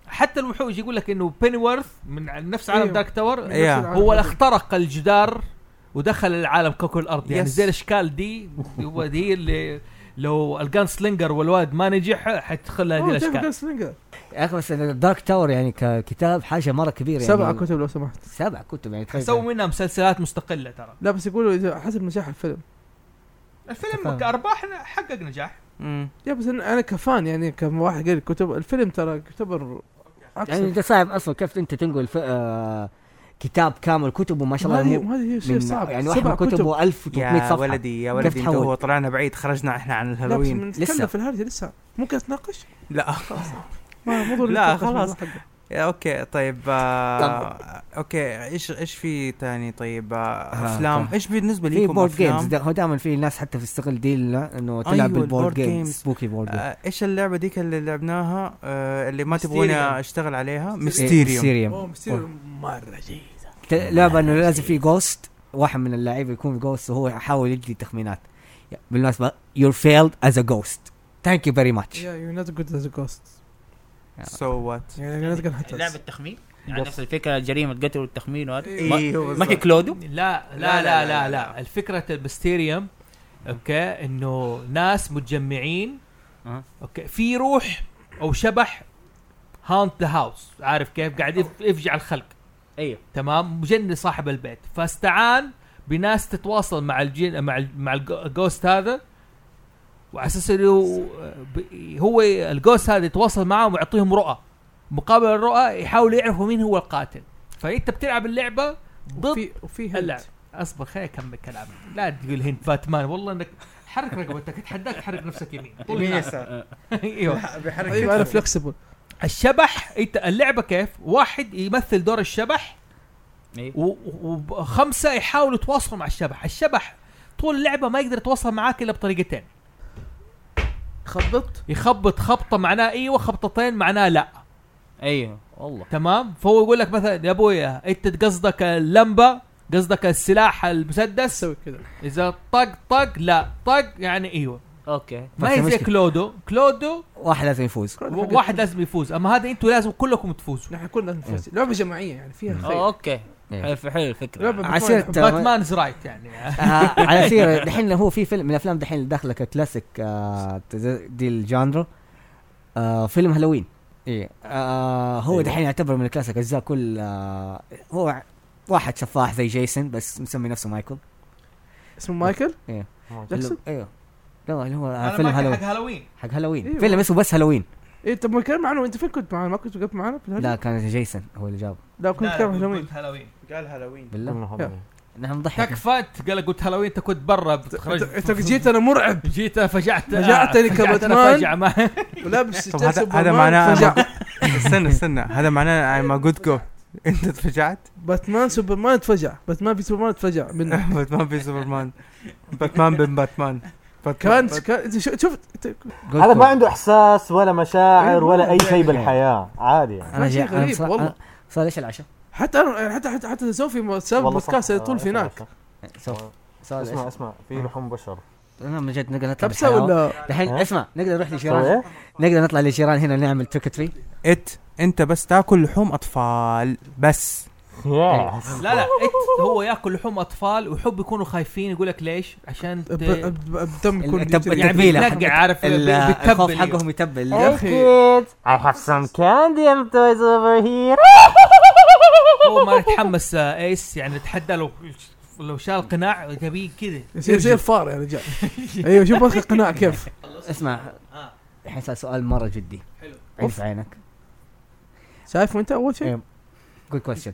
Speaker 1: حتى الوحوش يقول لك انه بينيورث من نفس عالم
Speaker 3: أيوه.
Speaker 1: دارك تاور
Speaker 2: إيه.
Speaker 3: أيوه. نفس العالم
Speaker 1: هو اللي
Speaker 3: هذا.
Speaker 2: آه،
Speaker 1: اخترق الجدار ودخل العالم كوكب الارض يعني
Speaker 3: يس.
Speaker 1: زي الاشكال دي هو دي اللي لو الجان سلينجر والواد ما نجح حتخلى هذه
Speaker 2: أوه، جيف
Speaker 1: الاشكال
Speaker 2: جيسلينجر.
Speaker 6: يا اخي بس دارك تاور يعني ككتاب حاجه مره كبيره يعني
Speaker 2: سبعة كتب لو سمحت
Speaker 6: سبع كتب يعني تخيل
Speaker 1: سووا منها مسلسلات مستقله ترى
Speaker 2: لا بس يقولوا اذا حسب نجاح الفيلم
Speaker 1: الفيلم كارباح حقق نجاح
Speaker 2: يا بس انا أنا كفان يعني كواحد قال الكتب الفيلم ترى يعتبر عكس
Speaker 6: يعني انت صعب اصلا كيف انت تنقل ف... آه كتاب كامل كتب وما شاء الله
Speaker 2: هذه-
Speaker 6: مو-
Speaker 2: هذه شيء
Speaker 6: من-
Speaker 2: صعب.
Speaker 6: يعني واحد
Speaker 2: سبع
Speaker 6: من كتبه 1300
Speaker 3: يا
Speaker 6: صفحه
Speaker 3: ولدي يا
Speaker 6: كيف
Speaker 3: ولدي انت
Speaker 6: تحول؟
Speaker 3: هو طلعنا بعيد خرجنا احنا عن
Speaker 2: لا بس
Speaker 3: الهالوين
Speaker 2: بنتكلم في الهرجه لسه ممكن اتناقش
Speaker 3: لا
Speaker 2: ما موضوع
Speaker 3: لا
Speaker 2: نتناقش في
Speaker 3: خلاص
Speaker 2: الموضوع حقه.
Speaker 3: يا اوكي طيب آه اوكي ايش ايش في تاني طيب آه افلام
Speaker 6: طيب.
Speaker 3: ايش بالنسبه
Speaker 6: في
Speaker 3: لكم
Speaker 6: بورد جيمز
Speaker 3: افلام
Speaker 6: دا- هو دائما في ناس حتى تستغل دي لنا انه تلعب
Speaker 3: أيوة،
Speaker 6: بالبورد
Speaker 3: البورد
Speaker 6: جيمز
Speaker 3: جيمز.
Speaker 6: سبوكي بورد جيمز
Speaker 3: آه ايش اللعبه ديك اللي لعبناها آه اللي ما تبغوني
Speaker 6: Mysterium.
Speaker 3: اشتغل عليها
Speaker 6: إيه، Mysterium.
Speaker 3: ميستيريوم
Speaker 2: اوه مستير
Speaker 6: Oh.
Speaker 2: مره جيده
Speaker 6: ت- لعبه انه لازم في جوست واحد من اللعيبه يكون جوست وهو يحاول يدي تخمينات بالمناسبه يور فيلد از ا جوست ثانك يو فيري ماتش
Speaker 2: يا يو نوت جود از جوست
Speaker 3: سو وات
Speaker 2: يعني لا تقل حتى
Speaker 5: لعبه تخمين يعني نفس الفكره جريمه قتل والتخمين وهذا
Speaker 2: إيه.
Speaker 3: إيوه،
Speaker 5: ما في
Speaker 3: بالضبط.
Speaker 5: كلودو
Speaker 1: لا لا لا لا لا الفكرة البستيريوم اوكي انه ناس متجمعين أه.
Speaker 5: أها.
Speaker 1: اوكي في روح او شبح هانت ذا هاوس عارف كيف قاعد يف- يفجع الخلق
Speaker 5: ايوه
Speaker 1: تمام مجني صاحب البيت فاستعان بناس تتواصل مع الجن مع ال- مع الجوست هذا وعلى اساس انه ب- هو الجوست هذا يتواصل معهم ويعطيهم رؤى مقابل الرؤى يحاولوا يعرفوا مين هو القاتل فانت بتلعب اللعبه ضد
Speaker 2: وفي وفي إيه.
Speaker 1: لا
Speaker 2: هلت
Speaker 1: اصبر خليني اكمل كلامي لا تقول هند باتمان والله انك حرك رقبتك اتحداك تحرك نفسك يمين طول
Speaker 3: يمين
Speaker 1: النهار.
Speaker 3: يسار.
Speaker 1: ايوه
Speaker 2: ايوه انا فلكسبل
Speaker 1: الشبح انت اللعبه كيف؟ واحد يمثل دور الشبح
Speaker 5: إيه.
Speaker 1: و- و- وخمسه يحاولوا يتواصلوا مع الشبح، الشبح طول اللعبه ما يقدر يتواصل معاك الا بطريقتين،
Speaker 2: خبطت
Speaker 1: يخبط خبطه معناه ايوه خبطتين معناه لا،
Speaker 5: ايوه والله
Speaker 1: تمام؟ فهو يقول لك مثلا يا ابويا انت قصدك اللمبه قصدك السلاح المسدس
Speaker 2: سوي كذا
Speaker 1: اذا طق طق لا طق يعني ايوه
Speaker 5: اوكي
Speaker 1: ما هي زي
Speaker 6: المشكلة.
Speaker 1: كلودو كلودو
Speaker 6: واحد لازم يفوز
Speaker 1: واحد لازم يفوز اما هذا انتوا لازم كلكم تفوزوا
Speaker 2: نحن كلنا نفوز لعبه جماعيه يعني فيها خير
Speaker 5: أوه، اوكي
Speaker 6: إيه.
Speaker 5: حلو حلو الفكره
Speaker 2: لعبه بتكون-
Speaker 6: عسير ترى-
Speaker 1: باتمان رايت يعني
Speaker 6: آه، على سيرة دحين هو في فيلم من الافلام دحين اللي داخله كلاسيك آه، تز- دي الجانرا آه، فيلم هالوين اي آه هو
Speaker 4: أيوة.
Speaker 6: دحين يعتبر من الكلاسيك اجزاء كل آه هو ع- واحد سفاح زي جيسون بس مسمي نفسه مايكل
Speaker 2: اسمه مايكل
Speaker 6: إيه.
Speaker 2: جاكسون
Speaker 6: اللي- ايوه لا اللي هو آه، فيلم هالوين
Speaker 1: هالوين
Speaker 6: حق هالوين
Speaker 2: أيوة.
Speaker 6: فيلم اسمه بس هالوين
Speaker 2: ايه طب ما كان معنا وانت فين كنت معنا ما كنت وقفت معنا في الهرجة؟
Speaker 6: لا كان جيسون هو اللي جابه
Speaker 2: لا كنت كان هلوين
Speaker 1: هالوين
Speaker 3: قال هالوين
Speaker 4: إيه.
Speaker 6: بالله نحن نضحك
Speaker 1: تكفى أنت قال قلت هالوين انت كنت برا بتخرج
Speaker 2: انت جيت انا مرعب
Speaker 1: جيت فجعت
Speaker 2: فجعتني كباتمان.
Speaker 1: فجعة ما
Speaker 2: ولابس
Speaker 3: طب
Speaker 2: جاكسون
Speaker 3: هذا- هذا
Speaker 2: باتمان،
Speaker 3: معناه
Speaker 2: فجأة
Speaker 3: استنى استنى هذا معناه ايم ا جود جو انت تفجعت
Speaker 2: باتمان سوبرمان اتفجع باتمان في سوبرمان اتفجع من
Speaker 3: باتمان في سوبرمان باتمان بن باتمان باتمان-
Speaker 2: كان
Speaker 3: بات-
Speaker 2: كان انت شو- شفت انت-
Speaker 6: قلت
Speaker 4: هذا
Speaker 6: لكم.
Speaker 4: ما عنده احساس ولا مشاعر ولا اي شيء
Speaker 6: أيوة.
Speaker 4: بالحياه عادي يعني.
Speaker 6: انا
Speaker 2: شيء
Speaker 6: جاي
Speaker 2: غريب
Speaker 6: أنا صار-
Speaker 2: والله.
Speaker 6: أنا- صار ايش العشاء؟
Speaker 2: حتى انا حتى حتى حتى سوفي ما- ساب
Speaker 4: والله صح.
Speaker 2: بودكاست على طول
Speaker 4: آه،
Speaker 2: في هناك
Speaker 4: صح.
Speaker 6: صار- صار
Speaker 4: اسمع
Speaker 6: اسمع
Speaker 4: اسمع في لحوم بشر
Speaker 6: انا من جد نقدر نطلع
Speaker 2: كبسه
Speaker 6: بالحياة.
Speaker 2: ولا
Speaker 6: دحين
Speaker 4: ها؟
Speaker 6: اسمع نقدر نروح
Speaker 4: سوي
Speaker 6: لجيران
Speaker 4: إيه؟
Speaker 6: نقدر نطلع لجيران هنا نعمل تريك تري
Speaker 3: ات انت بس تاكل لحوم اطفال بس
Speaker 4: يس
Speaker 1: لا لا إت هو ياكل لحوم اطفال ويحب يكونوا خايفين يقول لك ليش؟ عشان ت-
Speaker 2: ب- ب- بدم يكون
Speaker 6: التب-
Speaker 2: يجري.
Speaker 1: يعني
Speaker 6: التبيلة.
Speaker 1: بتنقع عارف بتتبل
Speaker 6: الخوف
Speaker 1: إيوه.
Speaker 6: حقهم يتبل
Speaker 2: يا اخي
Speaker 4: Kids, I have some candy and toys over here
Speaker 1: هو ما يتحمس آه، ايس يعني نتحدى لو لو شال القناع تبيه كذا
Speaker 2: يصير زي الفار يا رجال ايوه شوف اخي القناع كيف
Speaker 6: اسمع الحين صار سؤال مره جدي
Speaker 1: آه. حلو.
Speaker 6: عين في عينك
Speaker 2: شايف وانت اول شيء
Speaker 6: إيه. جود كويشن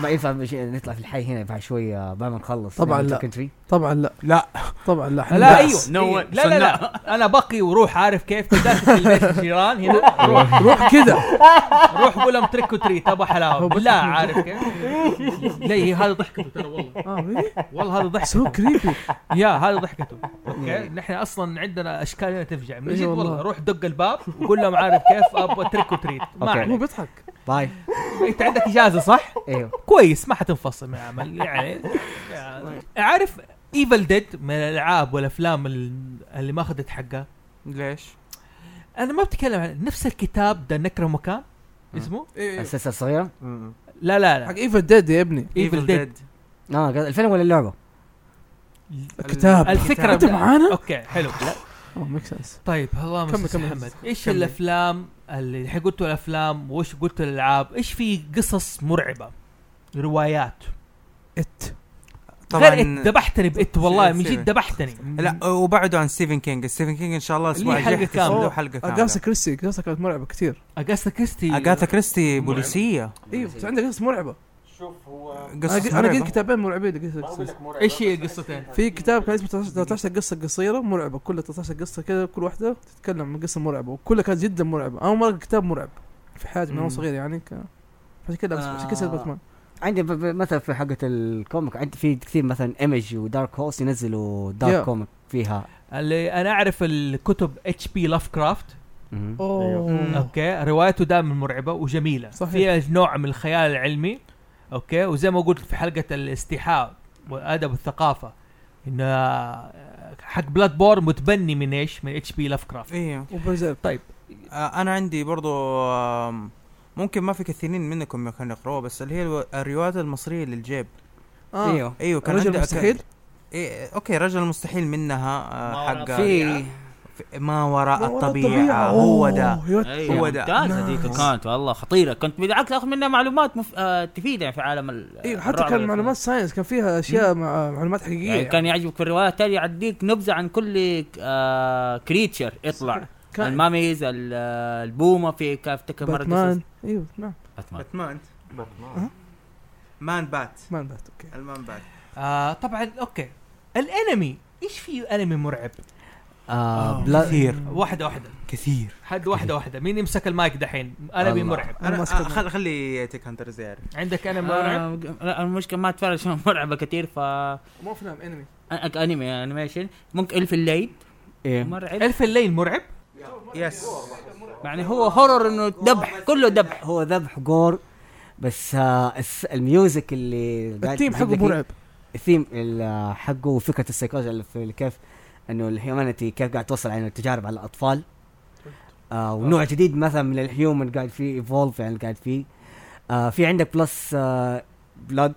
Speaker 6: ما ينفع بشي- نطلع في الحي هنا بعد شوي آه، بعد ما نخلص
Speaker 2: طبعاً لا.
Speaker 6: كنتري
Speaker 2: طبعا لا
Speaker 3: لا
Speaker 2: طبعا لا إحنا
Speaker 1: لا
Speaker 2: لا.
Speaker 1: ايوه
Speaker 5: No
Speaker 1: إيه.
Speaker 5: way.
Speaker 1: لا لا لا انا بقي وروح عارف كيف كذلك في البيت الجيران هنا روح
Speaker 2: روح كذا
Speaker 1: روح قول لهم تريك وتري تبغى
Speaker 2: هو
Speaker 1: حلاوه
Speaker 2: بس-
Speaker 1: بالله عارف كيف ليه هذا ضحكته ترى والله
Speaker 2: اه really?
Speaker 1: والله هذا ضحك
Speaker 2: سو كريبي
Speaker 1: يا هذا ضحكته اوكي نحن اصلا عندنا اشكال هنا تفجع من
Speaker 2: إيه
Speaker 1: جد
Speaker 2: والله.
Speaker 1: والله روح دق الباب وقول لهم عارف كيف ابغى تريك وتريت ما
Speaker 6: أوكي.
Speaker 2: هو
Speaker 1: عليك
Speaker 2: بيضحك
Speaker 6: باي
Speaker 1: انت عندك اجازه صح؟
Speaker 6: ايوه
Speaker 1: كويس ما حتنفصل من العمل يعني عارف ايفل ديد من الالعاب والافلام اللي ما اخذت حقها
Speaker 3: ليش؟
Speaker 1: انا ما بتكلم عن نفس الكتاب ده نكره مكان اسمه
Speaker 6: السلسله الصغيره؟
Speaker 1: لا لا لا
Speaker 2: حق ايفل ديد يا ابني
Speaker 1: ايفل ديد
Speaker 6: اه قصد- الفيلم ولا اللعبه؟
Speaker 2: الكتاب
Speaker 1: الفكره
Speaker 2: انت
Speaker 1: بدا-
Speaker 2: معانا؟
Speaker 1: اوكي حلو لا
Speaker 2: اوه ميك سنس
Speaker 1: طيب الله
Speaker 2: كمل-
Speaker 1: كمل
Speaker 2: كمل.
Speaker 1: محمد ايش
Speaker 2: كمل.
Speaker 1: الافلام اللي الحين قلتوا الافلام وايش قلتوا الالعاب ايش في قصص مرعبه روايات
Speaker 2: ات
Speaker 1: طبعا غير إت، ذبحتني بإت والله من جد ذبحتني
Speaker 3: لا وبعده عن ستيفن كينج ستيفن كينج ان شاء الله الاسبوع
Speaker 1: ليه حلقة
Speaker 3: الجاي حتسمع
Speaker 1: كاملة.
Speaker 3: له حلقه كامله
Speaker 2: اجاسا آه، كريستي اجاسا كانت مرعبه كثير
Speaker 1: اجاستا كريستي
Speaker 3: اجاثا كريستي بوليسيه
Speaker 2: ايوه بس عندها قصص مرعبه
Speaker 4: شوف هو
Speaker 3: قصص
Speaker 2: انا قريت
Speaker 3: مرعبة.
Speaker 2: كتابين مرعبين لقصة
Speaker 4: ما اقول
Speaker 2: كريستي
Speaker 4: لك مرعب
Speaker 1: ايش هي القصتين؟
Speaker 2: في كتاب كان اسمه 13 13 قصه قصيره مرعبه كل 13 قصه كذا كل واحده تتكلم عن قصه مرعبه وكلها كانت جدا مرعبه اول مره أقرأ كتاب مرعب في حياتي من وانا
Speaker 6: مم.
Speaker 2: صغير يعني ك... عشان كذا
Speaker 6: آه.
Speaker 2: عشان كذا باتمان
Speaker 6: عندي ب- ب- مثلا في حقه الكوميك عندي في كثير مثلا ايمج ودارك هوس ينزلوا دارك
Speaker 2: Yeah.
Speaker 6: كوميك فيها
Speaker 1: اللي انا اعرف الكتب اتش بي لاف كرافت
Speaker 6: مم.
Speaker 2: اوه
Speaker 1: اوكي روايته دائما مرعبه وجميله
Speaker 2: صحيح.
Speaker 1: فيها نوع من الخيال العلمي اوكي وزي ما قلت في حلقه الاستيحاء والادب والثقافه ان آه، حق بلاد بور متبني من ايش؟ من اتش بي لاف كرافت
Speaker 3: ايوه
Speaker 2: وبرزيرك
Speaker 1: طيب
Speaker 3: آه، انا عندي برضو آم، ممكن ما في كثيرين منكم كانوا يقروها بس اللي هي الو- الروايات المصريه للجيب
Speaker 2: إيوه.
Speaker 6: ايوه
Speaker 3: ايوه كان
Speaker 2: آه. رجل
Speaker 3: عندي-
Speaker 2: مستحيل
Speaker 3: إيه اوكي رجل مستحيل منها
Speaker 5: ما
Speaker 3: آه،
Speaker 5: وراء
Speaker 3: حق
Speaker 6: في
Speaker 3: في- ما وراء
Speaker 2: ما وراء
Speaker 3: الطبيعه آه، هو ده
Speaker 2: أوه، يا
Speaker 5: أيوة،
Speaker 3: هو ده.
Speaker 5: ممتازه ذيك كانت والله خطيره كنت بالعكس اخذ منها معلومات مف... آه تفيد يعني في عالم ال...
Speaker 2: ايوه حتى
Speaker 5: الرعب
Speaker 2: كان
Speaker 5: والأفلام.
Speaker 2: معلومات ساينس كان فيها اشياء مع معلومات حقيقيه
Speaker 5: يعني كان يعجبك في الروايه التالية يعديك نبذه عن كل آه كريتشر يطلع
Speaker 2: كان-
Speaker 5: الماميز ال- آه، البومه في كان افتكر مره
Speaker 2: باتمان
Speaker 5: قصص-
Speaker 2: ايوه نعم
Speaker 5: باتمان
Speaker 3: باتمان أه؟
Speaker 4: باتمان
Speaker 3: مان بات
Speaker 2: مان بات اوكي
Speaker 3: المان بات
Speaker 1: آه طبعا اوكي الانمي ايش في انمي مرعب؟
Speaker 6: آه بلا...
Speaker 3: كثير
Speaker 1: واحده واحده
Speaker 3: كثير
Speaker 1: حد واحده واحده مين يمسك المايك دحين؟ انمي
Speaker 6: الله.
Speaker 1: مرعب
Speaker 2: أنا
Speaker 3: انا
Speaker 2: ماسك
Speaker 3: آه، خل خلي تيك هانتر زي يعرف.
Speaker 1: عندك انمي مرعب؟
Speaker 5: آه لا، المشكله ما اتفرج عشان مرعبه كثير ف
Speaker 2: مو افلام انمي
Speaker 5: أك- انمي انيميشن ممكن الف الليل
Speaker 6: إيه.
Speaker 5: مرعب
Speaker 1: الف الليل مرعب؟
Speaker 3: يس
Speaker 5: يعني هو هورر انه ذبح كله ذبح
Speaker 6: هو ذبح جور بس آه الس- الميوزك اللي قاعد
Speaker 2: التيم
Speaker 6: يجيب
Speaker 2: حقه
Speaker 6: لك إيه؟ هي-
Speaker 2: مرعب
Speaker 6: الثيم ال- آه، حقه وفكره السيكولوجيا اللي في اللي كيف انه الهيومانيتي كيف قاعد توصل عن التجارب على الاطفال آه ونوع جديد مثلا من الهيومن قاعد فيه ايفولف يعني قاعد فيه آه في عندك بلس آه بلاد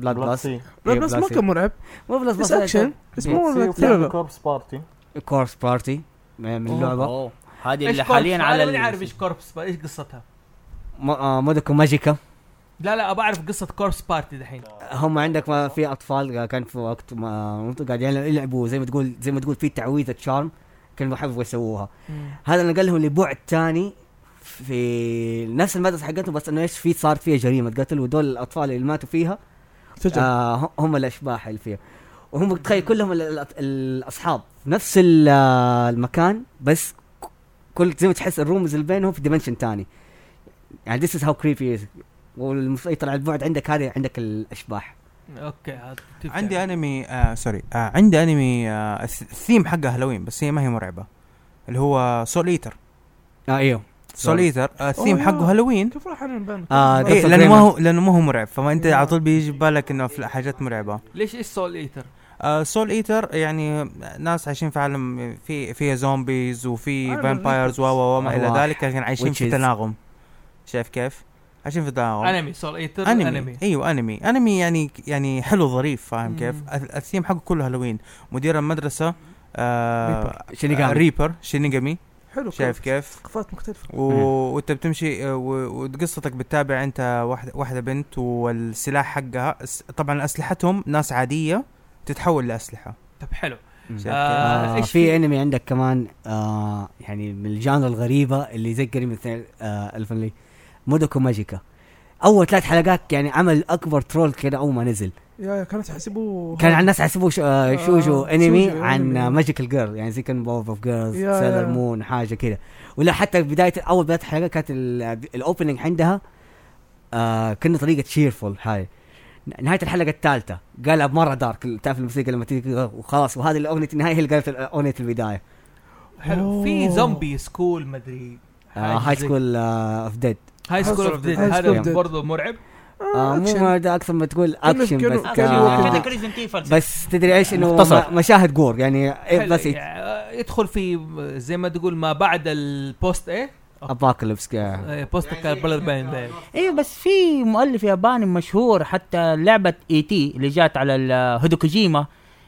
Speaker 6: بلاد بلس
Speaker 4: بلاسي
Speaker 2: لا بس ما كان مرعب
Speaker 6: إيه، مو
Speaker 2: بس
Speaker 6: بلس بلس
Speaker 2: اكشن بس مو ثريلر
Speaker 4: كوربس بارتي
Speaker 6: كورس بارتي من اللعبه
Speaker 5: أوه. هذه
Speaker 1: ايش
Speaker 5: اللي حاليا
Speaker 1: كوربس؟
Speaker 5: على
Speaker 1: انا ماني عارف
Speaker 5: ال-
Speaker 1: ايش كوربس ايش قصتها؟
Speaker 6: م- آه، مودوكو ماجيكا
Speaker 1: لا لا ابى اعرف قصه كوربس بارتي دحين
Speaker 6: هم عندك ما في اطفال كان في وقت ما قاعد يلعبوا زي ما تقول زي ما تقول في تعويذه تشارم كانوا حابوا يسووها هذا نقل لهم لبعد تاني في نفس المدرسه حقتهم بس انه ايش في صار فيها جريمه قتل ودول الاطفال اللي ماتوا فيها
Speaker 2: سجل
Speaker 6: آه هم- هم الاشباح اللي فيها وهم تخيل كلهم ال- ال- الاصحاب في نفس ال- آه، المكان بس ك- كل زي ما تحس الرومز اللي بينهم في ديمنشن تاني يعني ذيس از هاو كريبي والمسيطر على البعد عندك هذه عندك الاشباح
Speaker 1: اوكي هذا تفتح.
Speaker 3: عندي انمي آه سوري آه عندي انمي آه الث- الثيم حقه هالوين بس هي ما هي مرعبه اللي هو سول ايتر
Speaker 6: اه ايوه
Speaker 3: سول ايتر آه الثيم حقه هالوين
Speaker 2: كيف راح انا بان
Speaker 6: آه،
Speaker 3: إيه
Speaker 6: دكتور
Speaker 3: لانه ما
Speaker 6: كريمر.
Speaker 3: هو لانه ما هو مرعب فما انت على طول بيجي في بالك انه في حاجات مرعبه
Speaker 1: ليش ايش سول ايتر؟
Speaker 3: آه سول ايتر يعني ناس عايشين في عالم في فيه زومبيز وفي
Speaker 2: عالم
Speaker 3: فامبايرز و و وما الى
Speaker 6: أرواح.
Speaker 3: ذلك لكن عايشين في
Speaker 6: Witches.
Speaker 3: تناغم شايف كيف؟ عايشين في تناغم
Speaker 1: انمي سول ايتر
Speaker 3: انمي
Speaker 1: انمي
Speaker 3: ايوه انمي انمي يعني يعني حلو ظريف فاهم
Speaker 1: مم.
Speaker 3: كيف؟ ال- الثيم حقه كله هالوين مدير المدرسه آه
Speaker 6: شينيغامي.
Speaker 3: آه، ريبر شينيغامي
Speaker 2: حلو
Speaker 3: شايف كيف؟
Speaker 2: ثقافات مختلفه
Speaker 3: و... وانت بتمشي آه، و- وقصتك بتتابع انت واحده واحده بنت والسلاح حقها الس- طبعا اسلحتهم ناس عاديه تتحول لاسلحه
Speaker 1: طب حلو
Speaker 3: شايف كيف؟
Speaker 1: آه،
Speaker 6: آه
Speaker 1: ايش
Speaker 6: في انمي عندك كمان آه يعني من الجانرا الغريبه اللي زي كريم آه الفنلي مودوكو ماجيكا اول ثلاث حلقات يعني عمل اكبر ترول كده اول ما نزل
Speaker 2: يا يا كانت تحسبه
Speaker 6: كان على الناس يحسبوه شو آه
Speaker 2: آه،
Speaker 6: شوجو انمي
Speaker 2: شوجو
Speaker 6: عن
Speaker 2: أنمي.
Speaker 6: آه ماجيكال جيرل يعني زي كان بوب اوف جيرلز
Speaker 2: يا-
Speaker 6: سيلر
Speaker 2: يا.
Speaker 6: مون حاجه كده ولا حتى بدايه اول بدايه الحلقه كانت الاوبننج عندها آه كنا طريقه شيرفول هاي نهايه الحلقه الثالثه قالها مره دارك تعرف الموسيقى لما تيجي وخلاص وهذه الاغنيه النهايه هي اللي قالت اغنيه البدايه
Speaker 1: حلو في
Speaker 2: أوه.
Speaker 1: زومبي سكول مدري
Speaker 6: هاي سكول اوف ديد
Speaker 1: هاي سكول اوف ديد
Speaker 2: High School
Speaker 1: هذا
Speaker 2: of Dead.
Speaker 1: برضه مرعب
Speaker 6: آه مو هذا اكثر ما تقول اكشن
Speaker 2: كانوا-
Speaker 6: بس
Speaker 2: كانوا-
Speaker 6: آه،
Speaker 2: كانوا
Speaker 6: بس تدري ايش انه
Speaker 1: مختصر.
Speaker 6: م- مشاهد جور يعني إيه،
Speaker 1: بس
Speaker 6: بس
Speaker 1: يدخل في زي ما تقول ما بعد البوست ايه
Speaker 6: ابوكاليبس
Speaker 1: إيه، بوست
Speaker 4: يعني
Speaker 1: كالبلد باين ده.
Speaker 4: آه.
Speaker 5: ايه بس في مؤلف ياباني مشهور حتى لعبه اي تي اللي جات على ال- هيدوكوجيما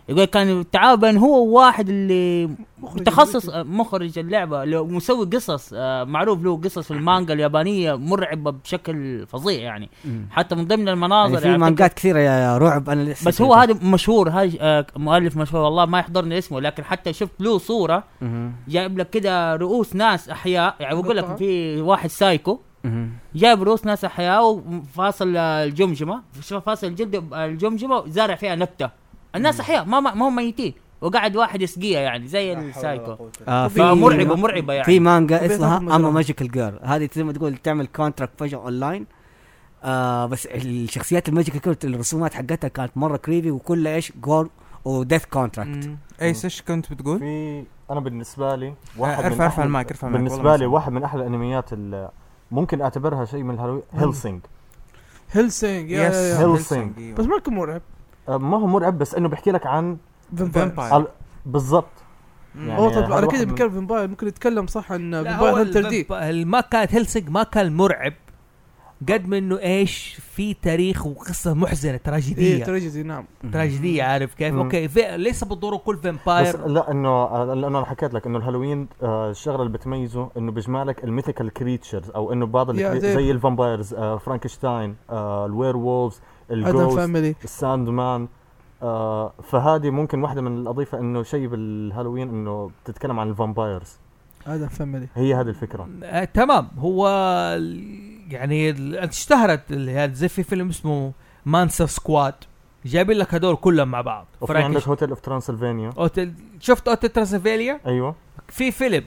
Speaker 5: يقول كان التعاون بين هو وواحد اللي متخصص آه، مخرج اللعبه اللي هو مسوي قصص آه، معروف له قصص في المانجا اليابانيه مرعبه بشكل فظيع يعني
Speaker 6: مم.
Speaker 5: حتى من ضمن
Speaker 6: يعني
Speaker 5: المناظر
Speaker 6: في مانجات كثيره يا رعب انا لسه
Speaker 5: بس هو هذا مشهور هاي آه، مؤلف مشهور والله ما يحضرني اسمه لكن حتى شفت له صوره
Speaker 6: مهم.
Speaker 5: جايب لك كده رؤوس ناس احياء يعني بقول لك في واحد سايكو
Speaker 6: مهم.
Speaker 5: جايب رؤوس ناس احياء وفاصل آه، الجمجمه شوف فاصل الجلد آه، الجمجمه وزارع فيها نبته الناس احياء ما ما ما هم ميتين وقاعد واحد يسقيها يعني زي السايكو
Speaker 6: آه، في-
Speaker 5: فمرعبه مرعبه يعني
Speaker 6: في مانجا اسمها اما ماجيكال جير هذه زي ما تقول تعمل كونتراكت فجاه اونلاين آه بس الشخصيات الماجيكال جير الرسومات حقتها كانت مره كريبي وكلها ايش جور وديث كونتراكت
Speaker 3: ايش ايش إيه، كنت بتقول؟
Speaker 4: في انا بالنسبه لي واحد
Speaker 3: ارفع
Speaker 4: من
Speaker 3: ارفع
Speaker 4: أحلى-
Speaker 3: المايك ارفع المايك
Speaker 4: بالنسبه لي واحد من احلى الانميات اللي ممكن اعتبرها شيء من الهالوين هيلسينج
Speaker 2: هيلسينج يا
Speaker 4: Yes.
Speaker 2: يا- يا.
Speaker 4: Hellsing.
Speaker 2: بس ما كان مرعب
Speaker 4: آه، ما هو مرعب بس انه بحكي لك عن
Speaker 2: فامباير
Speaker 4: ال- بالضبط
Speaker 2: اوه
Speaker 6: يعني
Speaker 2: طب
Speaker 4: هذا
Speaker 2: انا كده
Speaker 4: واحد من-
Speaker 2: بتكلم فامباير ممكن نتكلم صح عن
Speaker 1: لا، هو
Speaker 2: فامباير هانتر دي
Speaker 1: الفامب- ما كانت هيلسنج ما كان مرعب
Speaker 4: آه.
Speaker 1: قد ما انه ايش في تاريخ وقصه محزنه
Speaker 2: ايه
Speaker 1: تراجيديه
Speaker 2: تراجيدي نعم
Speaker 4: طيب.
Speaker 1: تراجيديه عارف كيف
Speaker 4: إيه، مم.
Speaker 1: اوكي في ليس بالضروره كل
Speaker 4: بس
Speaker 1: فامباير
Speaker 4: لا انه لانه انا حكيت لك انه الهالوين آه، الشغله اللي بتميزه انه بيجمع لك الميثيكال كريتشرز او انه بعض
Speaker 2: يا
Speaker 4: الكري...
Speaker 2: زي-
Speaker 4: زي الفامبايرز آه، فرانكشتاين آه، الوير وولفز الجوست
Speaker 2: Family.
Speaker 4: الساند مان آه، فهذه ممكن واحده من الاضيفه انه شيء بالهالوين انه بتتكلم عن الفامبايرز
Speaker 2: هذا فاميلي
Speaker 4: هي هذه الفكره
Speaker 1: آه تمام هو ال- يعني ال- اشتهرت ال- هذا زي في فيلم اسمه مانسر سكواد جايبين لك هدول كلهم مع بعض
Speaker 4: وفي
Speaker 1: فرانكش-
Speaker 4: عندك هوتيل اوف ترانسلفانيا
Speaker 1: اوتل شفت اوتل ترانسفيليا
Speaker 4: ايوه
Speaker 1: في فيلم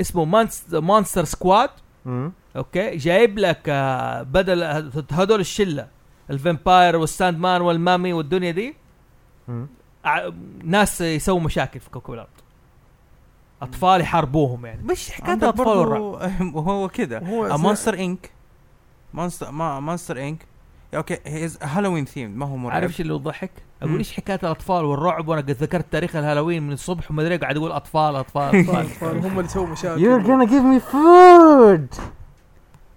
Speaker 1: اسمه مانستر سكواد
Speaker 4: مم.
Speaker 1: اوكي جايب لك آه، بدل هذول الشله الفامباير والساند مان والمامي والدنيا دي
Speaker 4: مم.
Speaker 1: ع- ناس يسووا مشاكل في كوكب الارض اطفال يحاربوهم يعني مش حكايه
Speaker 3: عندك
Speaker 1: اطفال
Speaker 3: برضو- أيوة،
Speaker 1: والرعب
Speaker 3: هو كده آه،
Speaker 2: هو
Speaker 3: مونستر انك مونستر ما مونستر انك اوكي هيز هالوين ثيم ما هو مرعب
Speaker 1: عارف ايش اللي يضحك؟
Speaker 3: مم.
Speaker 1: اقول ايش حكايه الاطفال والرعب وانا قد ذكرت تاريخ الهالوين من الصبح وما ادري قاعد اقول اطفال اطفال اطفال
Speaker 2: هم اللي سووا مشاكل
Speaker 4: You're gonna give me food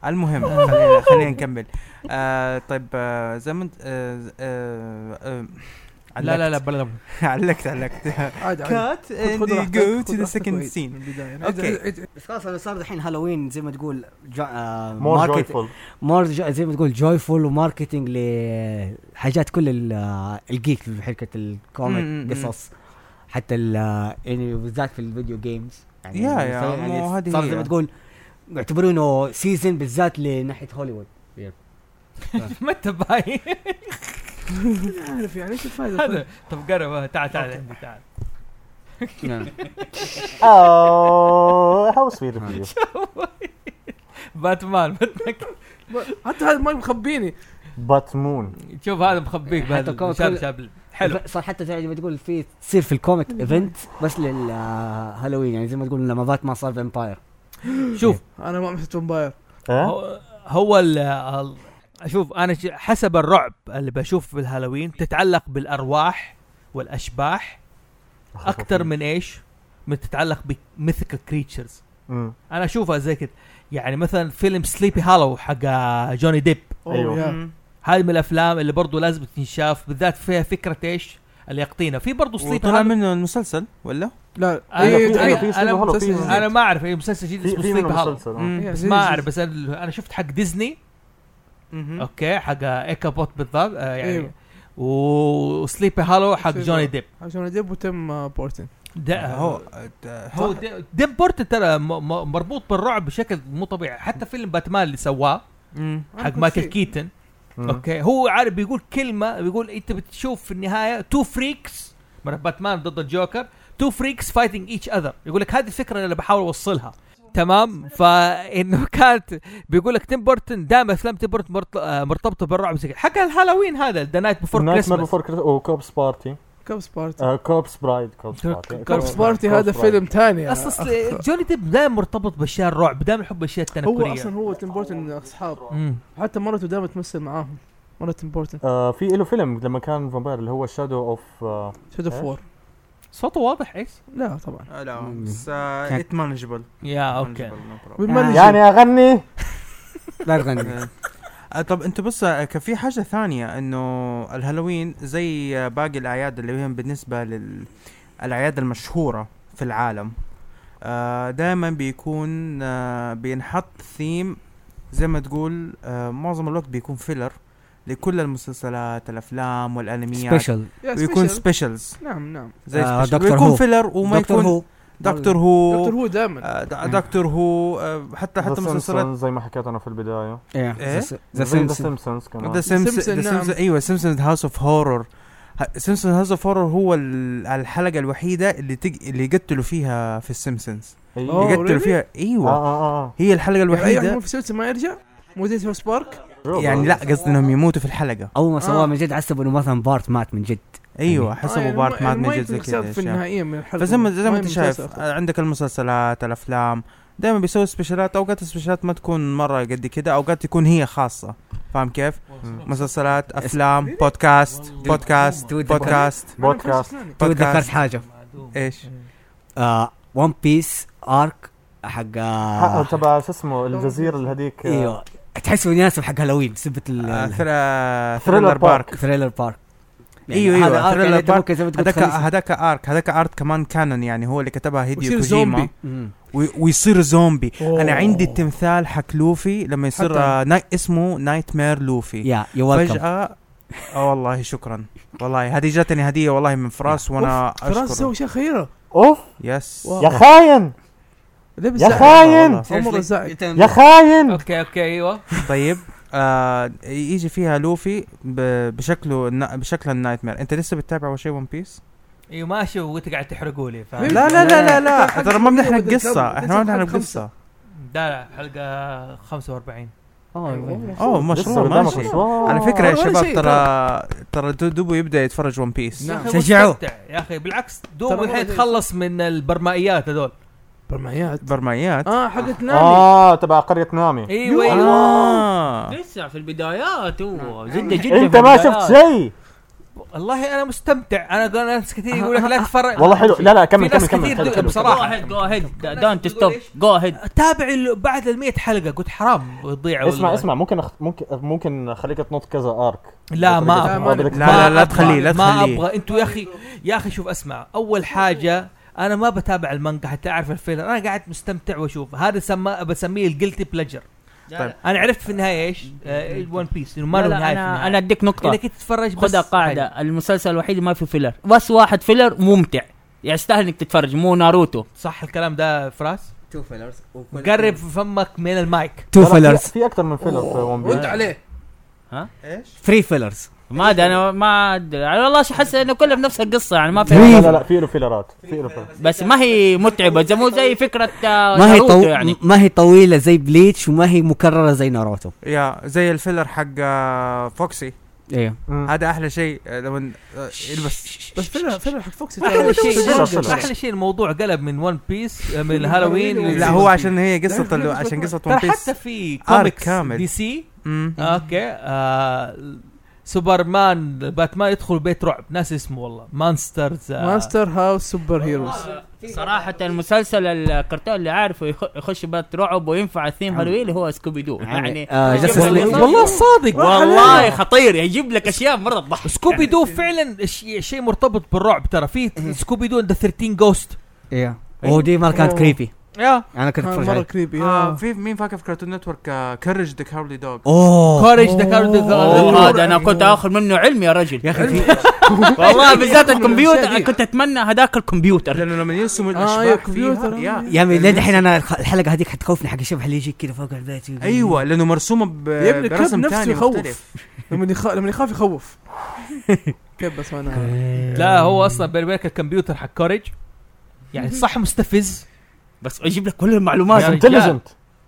Speaker 3: المهم خلينا خلينا نكمل آه طيب آه زي ما انت آه آه
Speaker 1: لا
Speaker 3: آه
Speaker 1: لا يعني لا بلا
Speaker 3: علقت علقت
Speaker 2: عادي
Speaker 3: Cut and go to the second scene. Okay.
Speaker 2: اوكي
Speaker 6: بس خلاص انا صار الحين هالوين زي ما تقول آه،
Speaker 4: more joyful
Speaker 6: مار زي ما تقول جويفول وماركتينج لحاجات كل ال- آه، الجيك في حركه
Speaker 3: مم، مم،
Speaker 6: الكوميك قصص حتى ال- آه، يعني بالذات في الفيديو جيمز يعني
Speaker 3: يا- يا،
Speaker 6: صار- يعني
Speaker 3: مو هذه
Speaker 6: صار
Speaker 3: هي.
Speaker 6: زي ما تقول يعتبروا انه سيزون بالذات لناحيه هوليوود
Speaker 1: ما انت باين
Speaker 2: عارف يعني ايش الفائده
Speaker 1: هذا طب قرب آه، تعال تعال عندي، تعال
Speaker 3: نعم.
Speaker 4: oh how sweet of you
Speaker 1: باتمان بدك
Speaker 2: حتى طيب. هذا ما مخبيني
Speaker 4: but moon
Speaker 1: شوف هذا مخبيك
Speaker 6: حتى
Speaker 1: بهذا
Speaker 6: كو-
Speaker 1: شاب
Speaker 6: كل-
Speaker 1: شاب حلو
Speaker 6: صار حتى زي ما تقول في تصير في الكوميك ايفنت بس للهالوين يعني زي ما تقول لما باتمان صار فامباير
Speaker 1: شوف
Speaker 2: انا ما مسكت فامباير
Speaker 4: ها
Speaker 1: هو- هو ال- ال- شوف انا ش- حسب الرعب اللي بشوف في الهالوين تتعلق بالارواح والاشباح اكثر من ايش؟ من تتعلق بميثيكال كريتشرز
Speaker 4: مم.
Speaker 1: انا اشوفها زي كده يعني مثلا فيلم سليبي هالو حق آه، جوني ديب
Speaker 2: Oh
Speaker 3: أيوه.
Speaker 4: أيوة.
Speaker 2: يا.
Speaker 1: هذه من الافلام اللي برضو لازم تنشاف بالذات فيها فكره ايش؟ اليقطينه في برضو سليبي
Speaker 3: وطلع
Speaker 1: هالو
Speaker 3: منه المسلسل ولا؟
Speaker 2: لا
Speaker 1: أنا-
Speaker 2: إيه،
Speaker 1: أنا-
Speaker 2: إيه،
Speaker 1: أنا-
Speaker 4: سليبي هولو، في-
Speaker 2: مسلسل.
Speaker 1: انا ما اعرف اي مسلسل جديد
Speaker 4: في
Speaker 1: اسمه
Speaker 4: في منه
Speaker 1: سليبي هالو
Speaker 4: مسلسل آه.
Speaker 3: مم.
Speaker 2: يا
Speaker 1: بس
Speaker 2: زي-
Speaker 1: ما
Speaker 2: زي-
Speaker 1: اعرف بس انا أنا شفت حق ديزني
Speaker 3: مهم.
Speaker 1: اوكي حق ايكا بوت بالضبط آه يعني
Speaker 2: أيوة.
Speaker 1: و- وسليبي هالو حق
Speaker 2: سليبي
Speaker 1: جوني
Speaker 2: هالو.
Speaker 1: ديب
Speaker 2: عشان ادب وتم بورتن
Speaker 1: ده
Speaker 3: هو
Speaker 1: هو هو دي- ديب بورت ترى م- م- مربوط بالرعب بشكل مو طبيعي حتى فيلم باتمان اللي سواه
Speaker 3: مم.
Speaker 1: حق مايكل كيتن
Speaker 4: مم.
Speaker 1: اوكي هو عارف بيقول كلمه بيقول انت بتشوف في النهايه تو فريكس باتمان ضد الجوكر تو فريكس فايتنج ايتش اذر يقول لك هذه الفكره اللي أنا بحاول اوصلها تمام فانه كانت بيقول لك تيم بورتن دائما افلام تيم بورتن مرت- آه، مرتبطه بالرعب زي كده. حكى الهالوين هذا ذا نايت بفور
Speaker 4: نايتمير
Speaker 1: كريسمس
Speaker 4: بفور كريسمس وكوبس بارتي
Speaker 2: كابس بارتي
Speaker 4: آه، كوبس برايد كوبس
Speaker 1: كوبس-
Speaker 4: بارتي
Speaker 3: آه،
Speaker 2: كابس بارتي هذا فيلم ثاني آه،
Speaker 1: اصلا أصل جوني ديب دائما مرتبط باشياء الرعب دائما يحب اشياء
Speaker 2: هو
Speaker 1: التنكريه
Speaker 2: اصلا هو تيم بورتن اصحاب
Speaker 1: مم.
Speaker 2: حتى مرته دائما تمثل معاهم مره امبورتنت
Speaker 4: آه في له فيلم لما كان فامباير اللي هو آه، شادو اوف
Speaker 2: شادو اوف وور
Speaker 1: صوته واضح ايش؟
Speaker 2: لا طبعا
Speaker 3: إيه؟ آه لا بس ات مانجبل
Speaker 1: يا
Speaker 6: آه،
Speaker 1: اوكي
Speaker 4: يعني اغني
Speaker 6: لا تغني
Speaker 3: آه، طب انت بص آه، كان في حاجه ثانيه انه الهالوين زي آه، باقي الاعياد اللي هي بالنسبه للاعياد المشهوره في العالم دائما بيكون آه، بينحط ثيم زي ما تقول آه، معظم الوقت بيكون فيلر لكل المسلسلات الافلام والانميات
Speaker 6: سبيشل
Speaker 3: ويكون سبيشلز
Speaker 2: نعم نعم
Speaker 3: زي
Speaker 6: آه،
Speaker 3: سبيشل
Speaker 6: دكتور
Speaker 3: ويكون
Speaker 6: هو.
Speaker 3: فيلر وما
Speaker 6: دكتور
Speaker 3: يكون
Speaker 6: هو
Speaker 3: دكتور هو
Speaker 2: دكتور هو دائما
Speaker 3: آه، د- دكتور هو آه، حتى حتى مسلسلات
Speaker 4: زي ما حكيت انا في البدايه
Speaker 3: إيه؟
Speaker 6: ذا
Speaker 4: ذا
Speaker 6: سيمبسون
Speaker 4: سيمبسونز كمان
Speaker 3: ذا سيمبسونز
Speaker 2: سيمبسون، نعم.
Speaker 3: ايوه سيمبسونز هاوس اوف هورر سيمبسونز هاوس اوف هورر هو ال- الحلقه الوحيده اللي تج... اللي يقتلوا فيها في السيمبسونز
Speaker 4: أيوة.
Speaker 2: أوه،
Speaker 3: يقتلوا
Speaker 2: Oh, really؟ آه.
Speaker 3: فيها
Speaker 4: اه
Speaker 3: ايوه
Speaker 4: اه اه
Speaker 3: هي الحلقه
Speaker 2: الوحيده يعني
Speaker 3: الوحيده
Speaker 2: في سلسله ما يرجع مو زي ساوث بارك
Speaker 3: يعني لا قصدي انهم يموتوا في الحلقه
Speaker 6: اول ما سواه
Speaker 2: آه.
Speaker 6: من جد حسب انه مثلا بارت مات من جد
Speaker 3: ايوه
Speaker 6: يعني-
Speaker 3: حسبوا بارت مات من جد زي كذا
Speaker 2: في
Speaker 3: أشياء.
Speaker 2: النهائيه من الحلقه
Speaker 3: فزي ما زي
Speaker 2: ما
Speaker 3: ما
Speaker 2: هي
Speaker 3: انت
Speaker 2: من
Speaker 3: شايف
Speaker 2: مسلسل.
Speaker 3: عندك المسلسلات الافلام دائما بيسووا سبيشالات اوقات السبيشالات ما تكون مره قد كده اوقات تكون هي خاصه فاهم كيف؟ مسلسلات افلام بودكاست بودكاست
Speaker 6: دود-
Speaker 3: بودكاست
Speaker 2: أنا نفس
Speaker 4: بودكاست.
Speaker 2: أسناني.
Speaker 6: تو ذكرت
Speaker 3: بودكاست
Speaker 6: حاجه
Speaker 3: ايش؟
Speaker 6: ون بيس ارك حق آه،
Speaker 4: حق- تبع شو اسمه الجزيره اللي هذيك آه.
Speaker 3: إيه.
Speaker 6: ايوه تحسه يناسب حق هالوين سبت
Speaker 3: آه،
Speaker 6: ال-
Speaker 3: ثرا- ثريلر
Speaker 4: ثريلر
Speaker 3: بارك
Speaker 6: ثريلر بارك
Speaker 3: أيوة، أيوة،
Speaker 6: هذا آرك
Speaker 3: ثريلر
Speaker 6: يعني أنت
Speaker 3: بارك.
Speaker 6: ممكن زي ما تقول
Speaker 3: هذاك
Speaker 6: تخلص-
Speaker 3: هذاك ارك هذاك ارك كمان كانون يعني هو اللي كتبها هيديو
Speaker 2: ويصير
Speaker 3: كوجيما
Speaker 2: زومبي
Speaker 6: مم.
Speaker 3: وي- ويصير زومبي
Speaker 2: أوه.
Speaker 3: انا عندي التمثال حق لوفي لما يصير
Speaker 2: حتى-
Speaker 3: آه، ناي اسمه نايت مير لوفي
Speaker 6: يا يو ويلكم
Speaker 3: فجأة اه والله شكرا والله هذه جاتني هدية والله من فراس وانا
Speaker 2: فرنسا
Speaker 3: اشكره
Speaker 2: سوى شيء خيره
Speaker 4: اوف
Speaker 3: يس
Speaker 2: واو.
Speaker 4: يا خاين
Speaker 2: لبس
Speaker 4: يا
Speaker 2: زعل.
Speaker 4: خاين
Speaker 2: عمره زعل
Speaker 4: يا خاين
Speaker 1: اوكي اوكي ايوه
Speaker 3: طيب آه يجي فيها لوفي ب- بشكله النا- بشكل النايت مير انت لسه بتتابع اول شيء ون بيس؟
Speaker 1: ايوه ماشي وانت قاعد تحرقوا لي ف
Speaker 2: لا،
Speaker 3: لا لا لا لا لا
Speaker 2: حلقة
Speaker 3: ترى ما بنحرق
Speaker 2: خمسة.
Speaker 3: قصة احنا ما بنحرق
Speaker 2: خمسة.
Speaker 3: قصة
Speaker 1: لا لا حلقه 45
Speaker 2: آه،
Speaker 3: اوه ما شاء
Speaker 4: لسه
Speaker 3: الله
Speaker 4: قدامك
Speaker 3: ماشي
Speaker 4: أسبوع.
Speaker 3: على فكرة يا
Speaker 2: ولا
Speaker 3: شباب
Speaker 2: شيء،
Speaker 3: ترى ترى دو- دوبو يبدا يتفرج ون بيس
Speaker 1: يا أخي
Speaker 6: شجعوه.
Speaker 1: مستمتع. يا اخي بالعكس
Speaker 2: ترى
Speaker 1: دوب
Speaker 2: هو
Speaker 1: الحين
Speaker 2: زي-
Speaker 1: تخلص من البرمائيات هذول
Speaker 2: برمعيات
Speaker 3: برمائيات
Speaker 2: اه حقت نامي
Speaker 4: اه تبع قريه
Speaker 3: إيه.
Speaker 4: نامي
Speaker 1: ايوه ايوه
Speaker 3: آه.
Speaker 5: لسه في البدايات هو جدا جدا
Speaker 4: انت
Speaker 5: في
Speaker 4: ما
Speaker 5: البدايات.
Speaker 4: شفت
Speaker 3: إيه.
Speaker 4: شيء
Speaker 1: والله انا مستمتع انا قال ناس كثير يقول لك لا تتفرج
Speaker 4: والله حلو لا لا كمل
Speaker 1: في ناس
Speaker 4: كمل كمل
Speaker 1: كثير
Speaker 4: حلو
Speaker 1: دو-
Speaker 4: حلو
Speaker 1: بصراحة.
Speaker 5: جو اهيد جو اهيد دونت ستوب جو اهيد
Speaker 1: تابع ال- بعد ال 100 حلقه قلت حرام تضيع
Speaker 4: اسمع
Speaker 1: والله.
Speaker 4: اسمع ممكن أخ... ممكن ممكن اخليك تنط كذا ارك
Speaker 1: لا ما
Speaker 4: بطريقة-
Speaker 1: أبغى.
Speaker 4: ما أدرك.
Speaker 3: لا لا لا
Speaker 1: ما
Speaker 3: تخليه لا
Speaker 1: أبغى- ما
Speaker 3: تخليه
Speaker 1: ابغى انتوا يا اخي يا اخي شوف اسمع اول حاجه انا ما بتابع المانجا حتى اعرف الفيلر انا قاعد مستمتع واشوف هذا سما بسميه الجلتي بلجر
Speaker 3: طيب.
Speaker 1: انا عرفت في آه، النهايه ايش؟ ون بيس انه ما
Speaker 5: لا
Speaker 1: له
Speaker 5: لا،
Speaker 1: نهايه في
Speaker 5: انا
Speaker 1: النهاية.
Speaker 5: انا اديك نقطه
Speaker 1: اذا كنت تتفرج بس
Speaker 5: خذها قاعده المسلسل الوحيد اللي ما فيه فيلر بس واحد فيلر ممتع يستاهل انك تتفرج مو ناروتو
Speaker 1: صح الكلام ده فراس؟
Speaker 6: تو فيلرز
Speaker 1: قرب فمك من المايك
Speaker 6: تو
Speaker 4: لا، لا، في-
Speaker 6: فيلرز
Speaker 4: في اكثر من فيلر في ون
Speaker 2: رد
Speaker 4: بيس
Speaker 2: عليه
Speaker 6: ثري فيلرز
Speaker 5: ما ادري انا ما ادري أنا والله حاسس انه كله في نفس القصه يعني ما
Speaker 4: لا
Speaker 5: في
Speaker 4: لا لا في له فيلرات في له فيلر
Speaker 5: بس ما هي متعبه زي مو زي فكره آه،
Speaker 6: ما هي
Speaker 5: ناروتو
Speaker 6: طو...
Speaker 5: يعني
Speaker 6: ما هي طويله زي بليتش وما هي مكرره زي ناروتو
Speaker 3: يا زي الفيلر حق آه، فوكسي
Speaker 6: ايوه
Speaker 4: Mm.
Speaker 3: هذا احلى شيء آه، لما آه، يلبس
Speaker 2: بس فيلم فيلم حق فوكسي
Speaker 1: احلى
Speaker 4: شيء-
Speaker 1: شيء احلى شيء الموضوع قلب من ون بيس من هالوين
Speaker 3: لا هو عشان هي قصه ال- عشان قصه ون
Speaker 1: ترى
Speaker 3: بيس
Speaker 1: حتى في
Speaker 3: آرك
Speaker 1: كوميكس
Speaker 3: كامل.
Speaker 1: دي سي
Speaker 3: مم.
Speaker 1: اوكي آه سوبرمان باتمان يدخل بيت رعب ناس اسمه والله مانسترز آه
Speaker 2: ماستر هاوس سوبر هيروز
Speaker 5: صراحة المسلسل الكرتون اللي عارفه يخ- يخش بات رعب وينفع الثيم هالوين اللي هو سكوبي دو يعني
Speaker 6: آه،
Speaker 5: يجيب
Speaker 6: جاستس
Speaker 5: لك
Speaker 6: ليج.
Speaker 5: قصص.
Speaker 1: والله صادق
Speaker 5: والله خطير يجيب لك اشياء مرة تضحك
Speaker 1: سكوبي دو فعلا شيء شيء مرتبط بالرعب ترى في سكوبي دو ذا 13 جوست
Speaker 6: ايوه اوه دي مره كانت
Speaker 2: أوه.
Speaker 6: كريبي
Speaker 1: يا
Speaker 6: انا كنت اتفرج
Speaker 2: مره
Speaker 6: عليه
Speaker 2: كريبي
Speaker 3: آه
Speaker 2: آه.
Speaker 3: في مين فاكر في كارتون نتورك آه، كرج ذا كارلي دوغ
Speaker 6: اوه
Speaker 1: كوريج ذا كارد
Speaker 5: أوه،
Speaker 1: Oh.
Speaker 5: هذا انا كنت اخذ منه علم يا رجل
Speaker 6: يا اخي في
Speaker 5: والله بالذات
Speaker 2: الأشياء
Speaker 5: الكمبيوتر
Speaker 2: دي.
Speaker 5: كنت اتمنى هذاك الكمبيوتر
Speaker 3: لانه لما يرسم
Speaker 2: يا
Speaker 3: الاشباح
Speaker 2: كمبيوتر،
Speaker 3: فيها
Speaker 2: آه.
Speaker 3: يا
Speaker 6: يا عمي ليه دحين انا الخ- الحلقه هذيك حتخوفني حق الشبح اللي يجيك كذا فوق البيت
Speaker 3: ايوه لانه مرسومه ب-
Speaker 2: يا ابني كيف
Speaker 3: برسم
Speaker 2: نفسه
Speaker 3: ثاني مختلف
Speaker 2: يخوف لما يخاف لما يخاف يخوف كيف بس انا
Speaker 1: لا هو اصلا بيني وبينك الكمبيوتر حق كوريج يعني صح مستفز
Speaker 5: بس اجيب لك كل المعلومات
Speaker 1: يا رجال.
Speaker 4: انتليجنت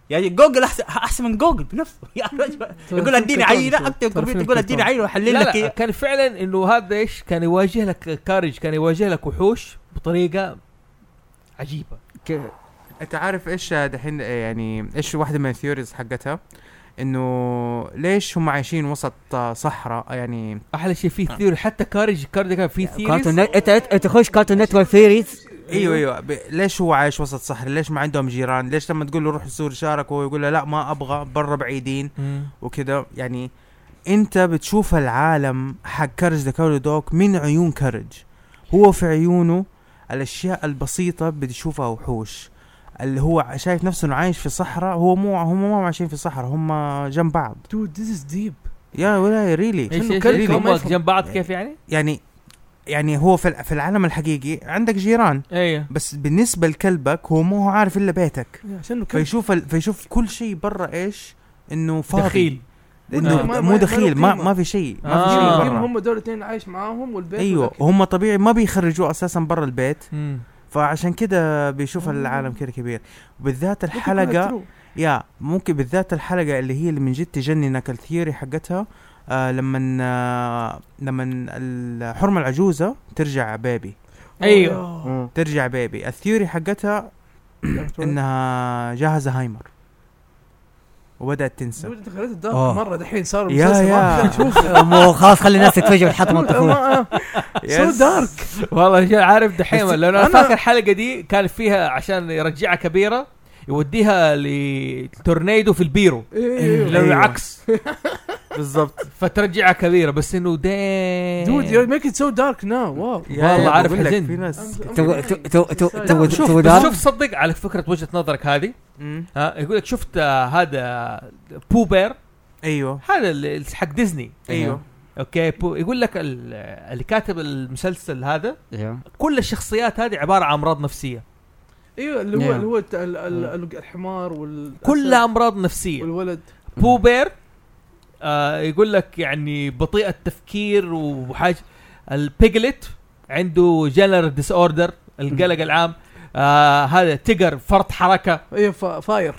Speaker 5: يعني جوجل احسن احسن من جوجل بنفسه يا رجل
Speaker 2: طيب،
Speaker 5: يقول اديني عينه اكتب الكمبيوتر يقول اديني عينه واحلل
Speaker 1: لا
Speaker 5: لك
Speaker 1: لا
Speaker 5: إيه؟ إياه.
Speaker 1: كان فعلا انه هذا ايش كان يواجه لك كارج كان يواجه لك وحوش بطريقه عجيبه
Speaker 3: انت عارف ايش دحين يعني ايش واحده من الثيوريز حقتها انه ليش هم عايشين وسط آه، صحراء يعني
Speaker 1: احلى شيء في ثيوري حتى كارج كارج كان في
Speaker 3: كارتون
Speaker 1: ثيوريز
Speaker 3: نت-
Speaker 6: انت انت تخش كارتون نتورك ثيريز
Speaker 3: ايوه ايوه ب... ليش هو عايش وسط صحراء ليش ما عندهم جيران ليش لما تقول له روح السور شارك وهو يقول له لا ما ابغى برا بعيدين وكذا يعني انت بتشوف العالم حق كارج ذا كاولي دوك من عيون كارج هو في عيونه الاشياء البسيطه بتشوفها وحوش اللي هو شايف نفسه انه عايش في صحراء هو مو هم ما هم عايشين في صحراء هم جنب بعض
Speaker 2: دود ذيس از ديب
Speaker 3: يا ولا ريلي
Speaker 1: ايش ايش هم جنب بعض كيف يعني؟
Speaker 3: يعني يعني هو في الع- في العالم الحقيقي عندك جيران
Speaker 1: ايوه
Speaker 3: بس بالنسبه لكلبك هو ما هو عارف الا بيتك
Speaker 2: عشان
Speaker 3: فيشوف ال... فيشوف كل شيء برا ايش انه فاضي
Speaker 1: دخيل.
Speaker 3: انه
Speaker 2: ما- ما-
Speaker 3: مو
Speaker 2: ما له
Speaker 3: دخيل آه. ما
Speaker 2: قيمة.
Speaker 3: ما في شيء ما في
Speaker 2: آه.
Speaker 3: شيء
Speaker 2: الجيم
Speaker 3: برا
Speaker 2: هم دول الاثنين عايش معاهم والبيت
Speaker 3: ايوه
Speaker 2: وذاك.
Speaker 3: هم طبيعي ما بيخرجوه اساسا برا البيت
Speaker 1: مم.
Speaker 3: فعشان كده بيشوف العالم كده كبير وبالذات
Speaker 2: يكون
Speaker 3: الحلقه
Speaker 2: true.
Speaker 3: يا ممكن بالذات الحلقه اللي هي اللي من جد تجننك الثيوري حقتها آه لما آه لما الحرمه العجوزه ترجع بيبي
Speaker 1: ايوه.
Speaker 4: Mm.
Speaker 3: مم. ترجع بيبي الثيوري حقتها انها جاهزه هايمر وبدات تنسى
Speaker 2: دود انت خليت الدار
Speaker 3: آه.
Speaker 2: مره دحين صار
Speaker 3: يا-
Speaker 2: مسلسل
Speaker 3: يا.
Speaker 2: ما شوف
Speaker 6: مو خلاص خلي الناس تتفجر ويحطموا الطفوله
Speaker 1: Yes.
Speaker 2: سو دارك
Speaker 1: والله شو عارف دحين
Speaker 2: بس
Speaker 1: لو انا
Speaker 2: أنا-
Speaker 1: فاكر الحلقه دي كان فيها عشان يرجعها كبيره يوديها لتورنيدو في البيرو
Speaker 2: إيوه.
Speaker 1: لو
Speaker 2: أيوه.
Speaker 1: العكس
Speaker 3: بالضبط
Speaker 1: فترجعها كبيره بس انه دام
Speaker 2: دود يو ميك ات سو دارك ناو واو يعني
Speaker 1: والله عارف
Speaker 3: بقول لك
Speaker 1: حزين
Speaker 3: في ناس
Speaker 6: تو- تو- تو- تو- تو-
Speaker 1: شوف
Speaker 6: تو-
Speaker 1: بس
Speaker 6: دار-
Speaker 1: شوف صدق على فكره وجهه نظرك هذه
Speaker 3: مم.
Speaker 1: ها يقول لك شفت آه، هذا بو بير
Speaker 3: ايوه
Speaker 1: هذا ال- حق ديزني
Speaker 3: ايوه
Speaker 1: اوكي بو يقول لك ال- اللي كاتب المسلسل هذا
Speaker 6: ايوه
Speaker 1: كل الشخصيات هذه عباره عن امراض نفسيه
Speaker 2: ايوه اللي هو
Speaker 1: Yeah.
Speaker 2: اللي هو الت- ال- ال- ال- الحمار وال
Speaker 1: كلها طيب. امراض نفسيه
Speaker 2: والولد
Speaker 1: بو بير آه يقول لك يعني بطيء التفكير وحاجه البيجلت عنده جنرال ديس اوردر القلق العام آه هذا تيجر فرط حركه
Speaker 2: ايوه فا- فاير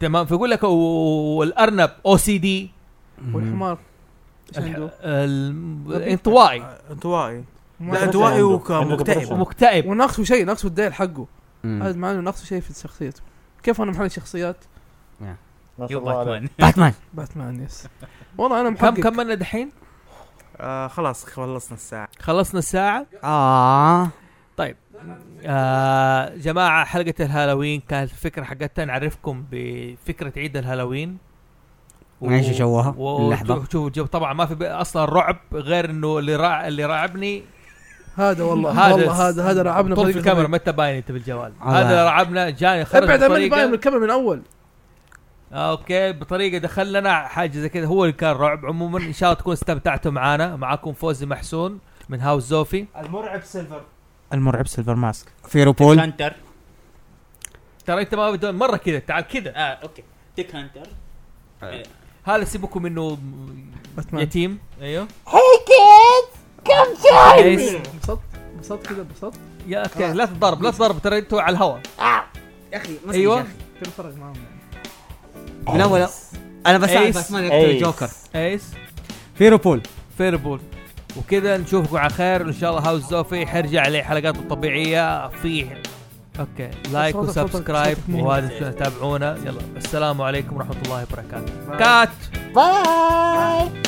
Speaker 1: تمام فيقول لك و- والارنب او سي دي
Speaker 2: والحمار ايش عنده؟
Speaker 1: الانطوائي
Speaker 3: آه، انطوائي
Speaker 2: ما-
Speaker 3: لا انطوائي ومكتئب
Speaker 1: ومكتئب
Speaker 2: وناقصه شيء ناقصه الديل حقه
Speaker 6: مم.
Speaker 2: هذا معناه إنه ناقصه شيء في شخصيته كيف انا محل شخصيات
Speaker 4: ما شاء الله عليك.
Speaker 6: باتمان
Speaker 2: باتمان يس والله انا
Speaker 1: كم
Speaker 2: محقق
Speaker 1: كملنا دحين؟
Speaker 3: آه خلاص خلصنا الساعه
Speaker 1: خلصنا الساعه
Speaker 6: اه
Speaker 1: طيب آه جماعة حلقة الهالوين كانت الفكرة حقتها نعرفكم بفكرة عيد الهالوين
Speaker 6: نعيش جوها باللحظة.
Speaker 1: شوفوا جو طبعا ما في بي- اصلا رعب غير انه اللي راع اللي راعبني
Speaker 2: هذا والله والله هذا هذا لعبنا
Speaker 1: طول في
Speaker 2: بطريقة
Speaker 1: الكاميرا
Speaker 2: غريبة.
Speaker 1: متى باين انت بالجوال
Speaker 6: الله.
Speaker 1: هذا اللي رعبنا جاني خرج
Speaker 2: ابعد عن
Speaker 1: بطريقة-
Speaker 2: باين من الكاميرا من اول
Speaker 1: اوكي بطريقه دخلنا حاجه زي كذا هو اللي كان رعب عموما ان شاء الله تكونوا استمتعتوا معانا معاكم فوزي محسون من هاوس زوفي
Speaker 3: المرعب سيلفر المرعب سيلفر ماسك
Speaker 6: فيروبول
Speaker 5: هانتر
Speaker 1: ترى انت ما بدون مره كذا تعال كذا
Speaker 5: اه اوكي تيك هانتر
Speaker 1: هذا سيبكم انه م-
Speaker 2: نعم.
Speaker 1: يتيم ايوه
Speaker 2: باتمان بسط بسط كذا بسط
Speaker 1: يا اوكي لا تضرب لا تضرب ترى انتوا على الهواء
Speaker 6: يا اخي مسك
Speaker 1: أيوة.
Speaker 6: يا أخي.
Speaker 2: كيف الفرق معاهم
Speaker 3: آه.
Speaker 6: من اول انا بساعد
Speaker 1: إيس.
Speaker 6: باتمان
Speaker 4: إيس.
Speaker 6: يقتل جوكر
Speaker 1: ايس
Speaker 6: فيروبول
Speaker 1: فيربول وكذا نشوفكم على خير وان شاء الله هاوس زوفي حيرجع عليه حلقاته الطبيعيه فيه اوكي لايك
Speaker 2: صوتك- صوتك-
Speaker 1: وسبسكرايب
Speaker 2: صوتك مو
Speaker 1: وهذا تابعونا يلا السلام عليكم ورحمه الله وبركاته كات
Speaker 6: باي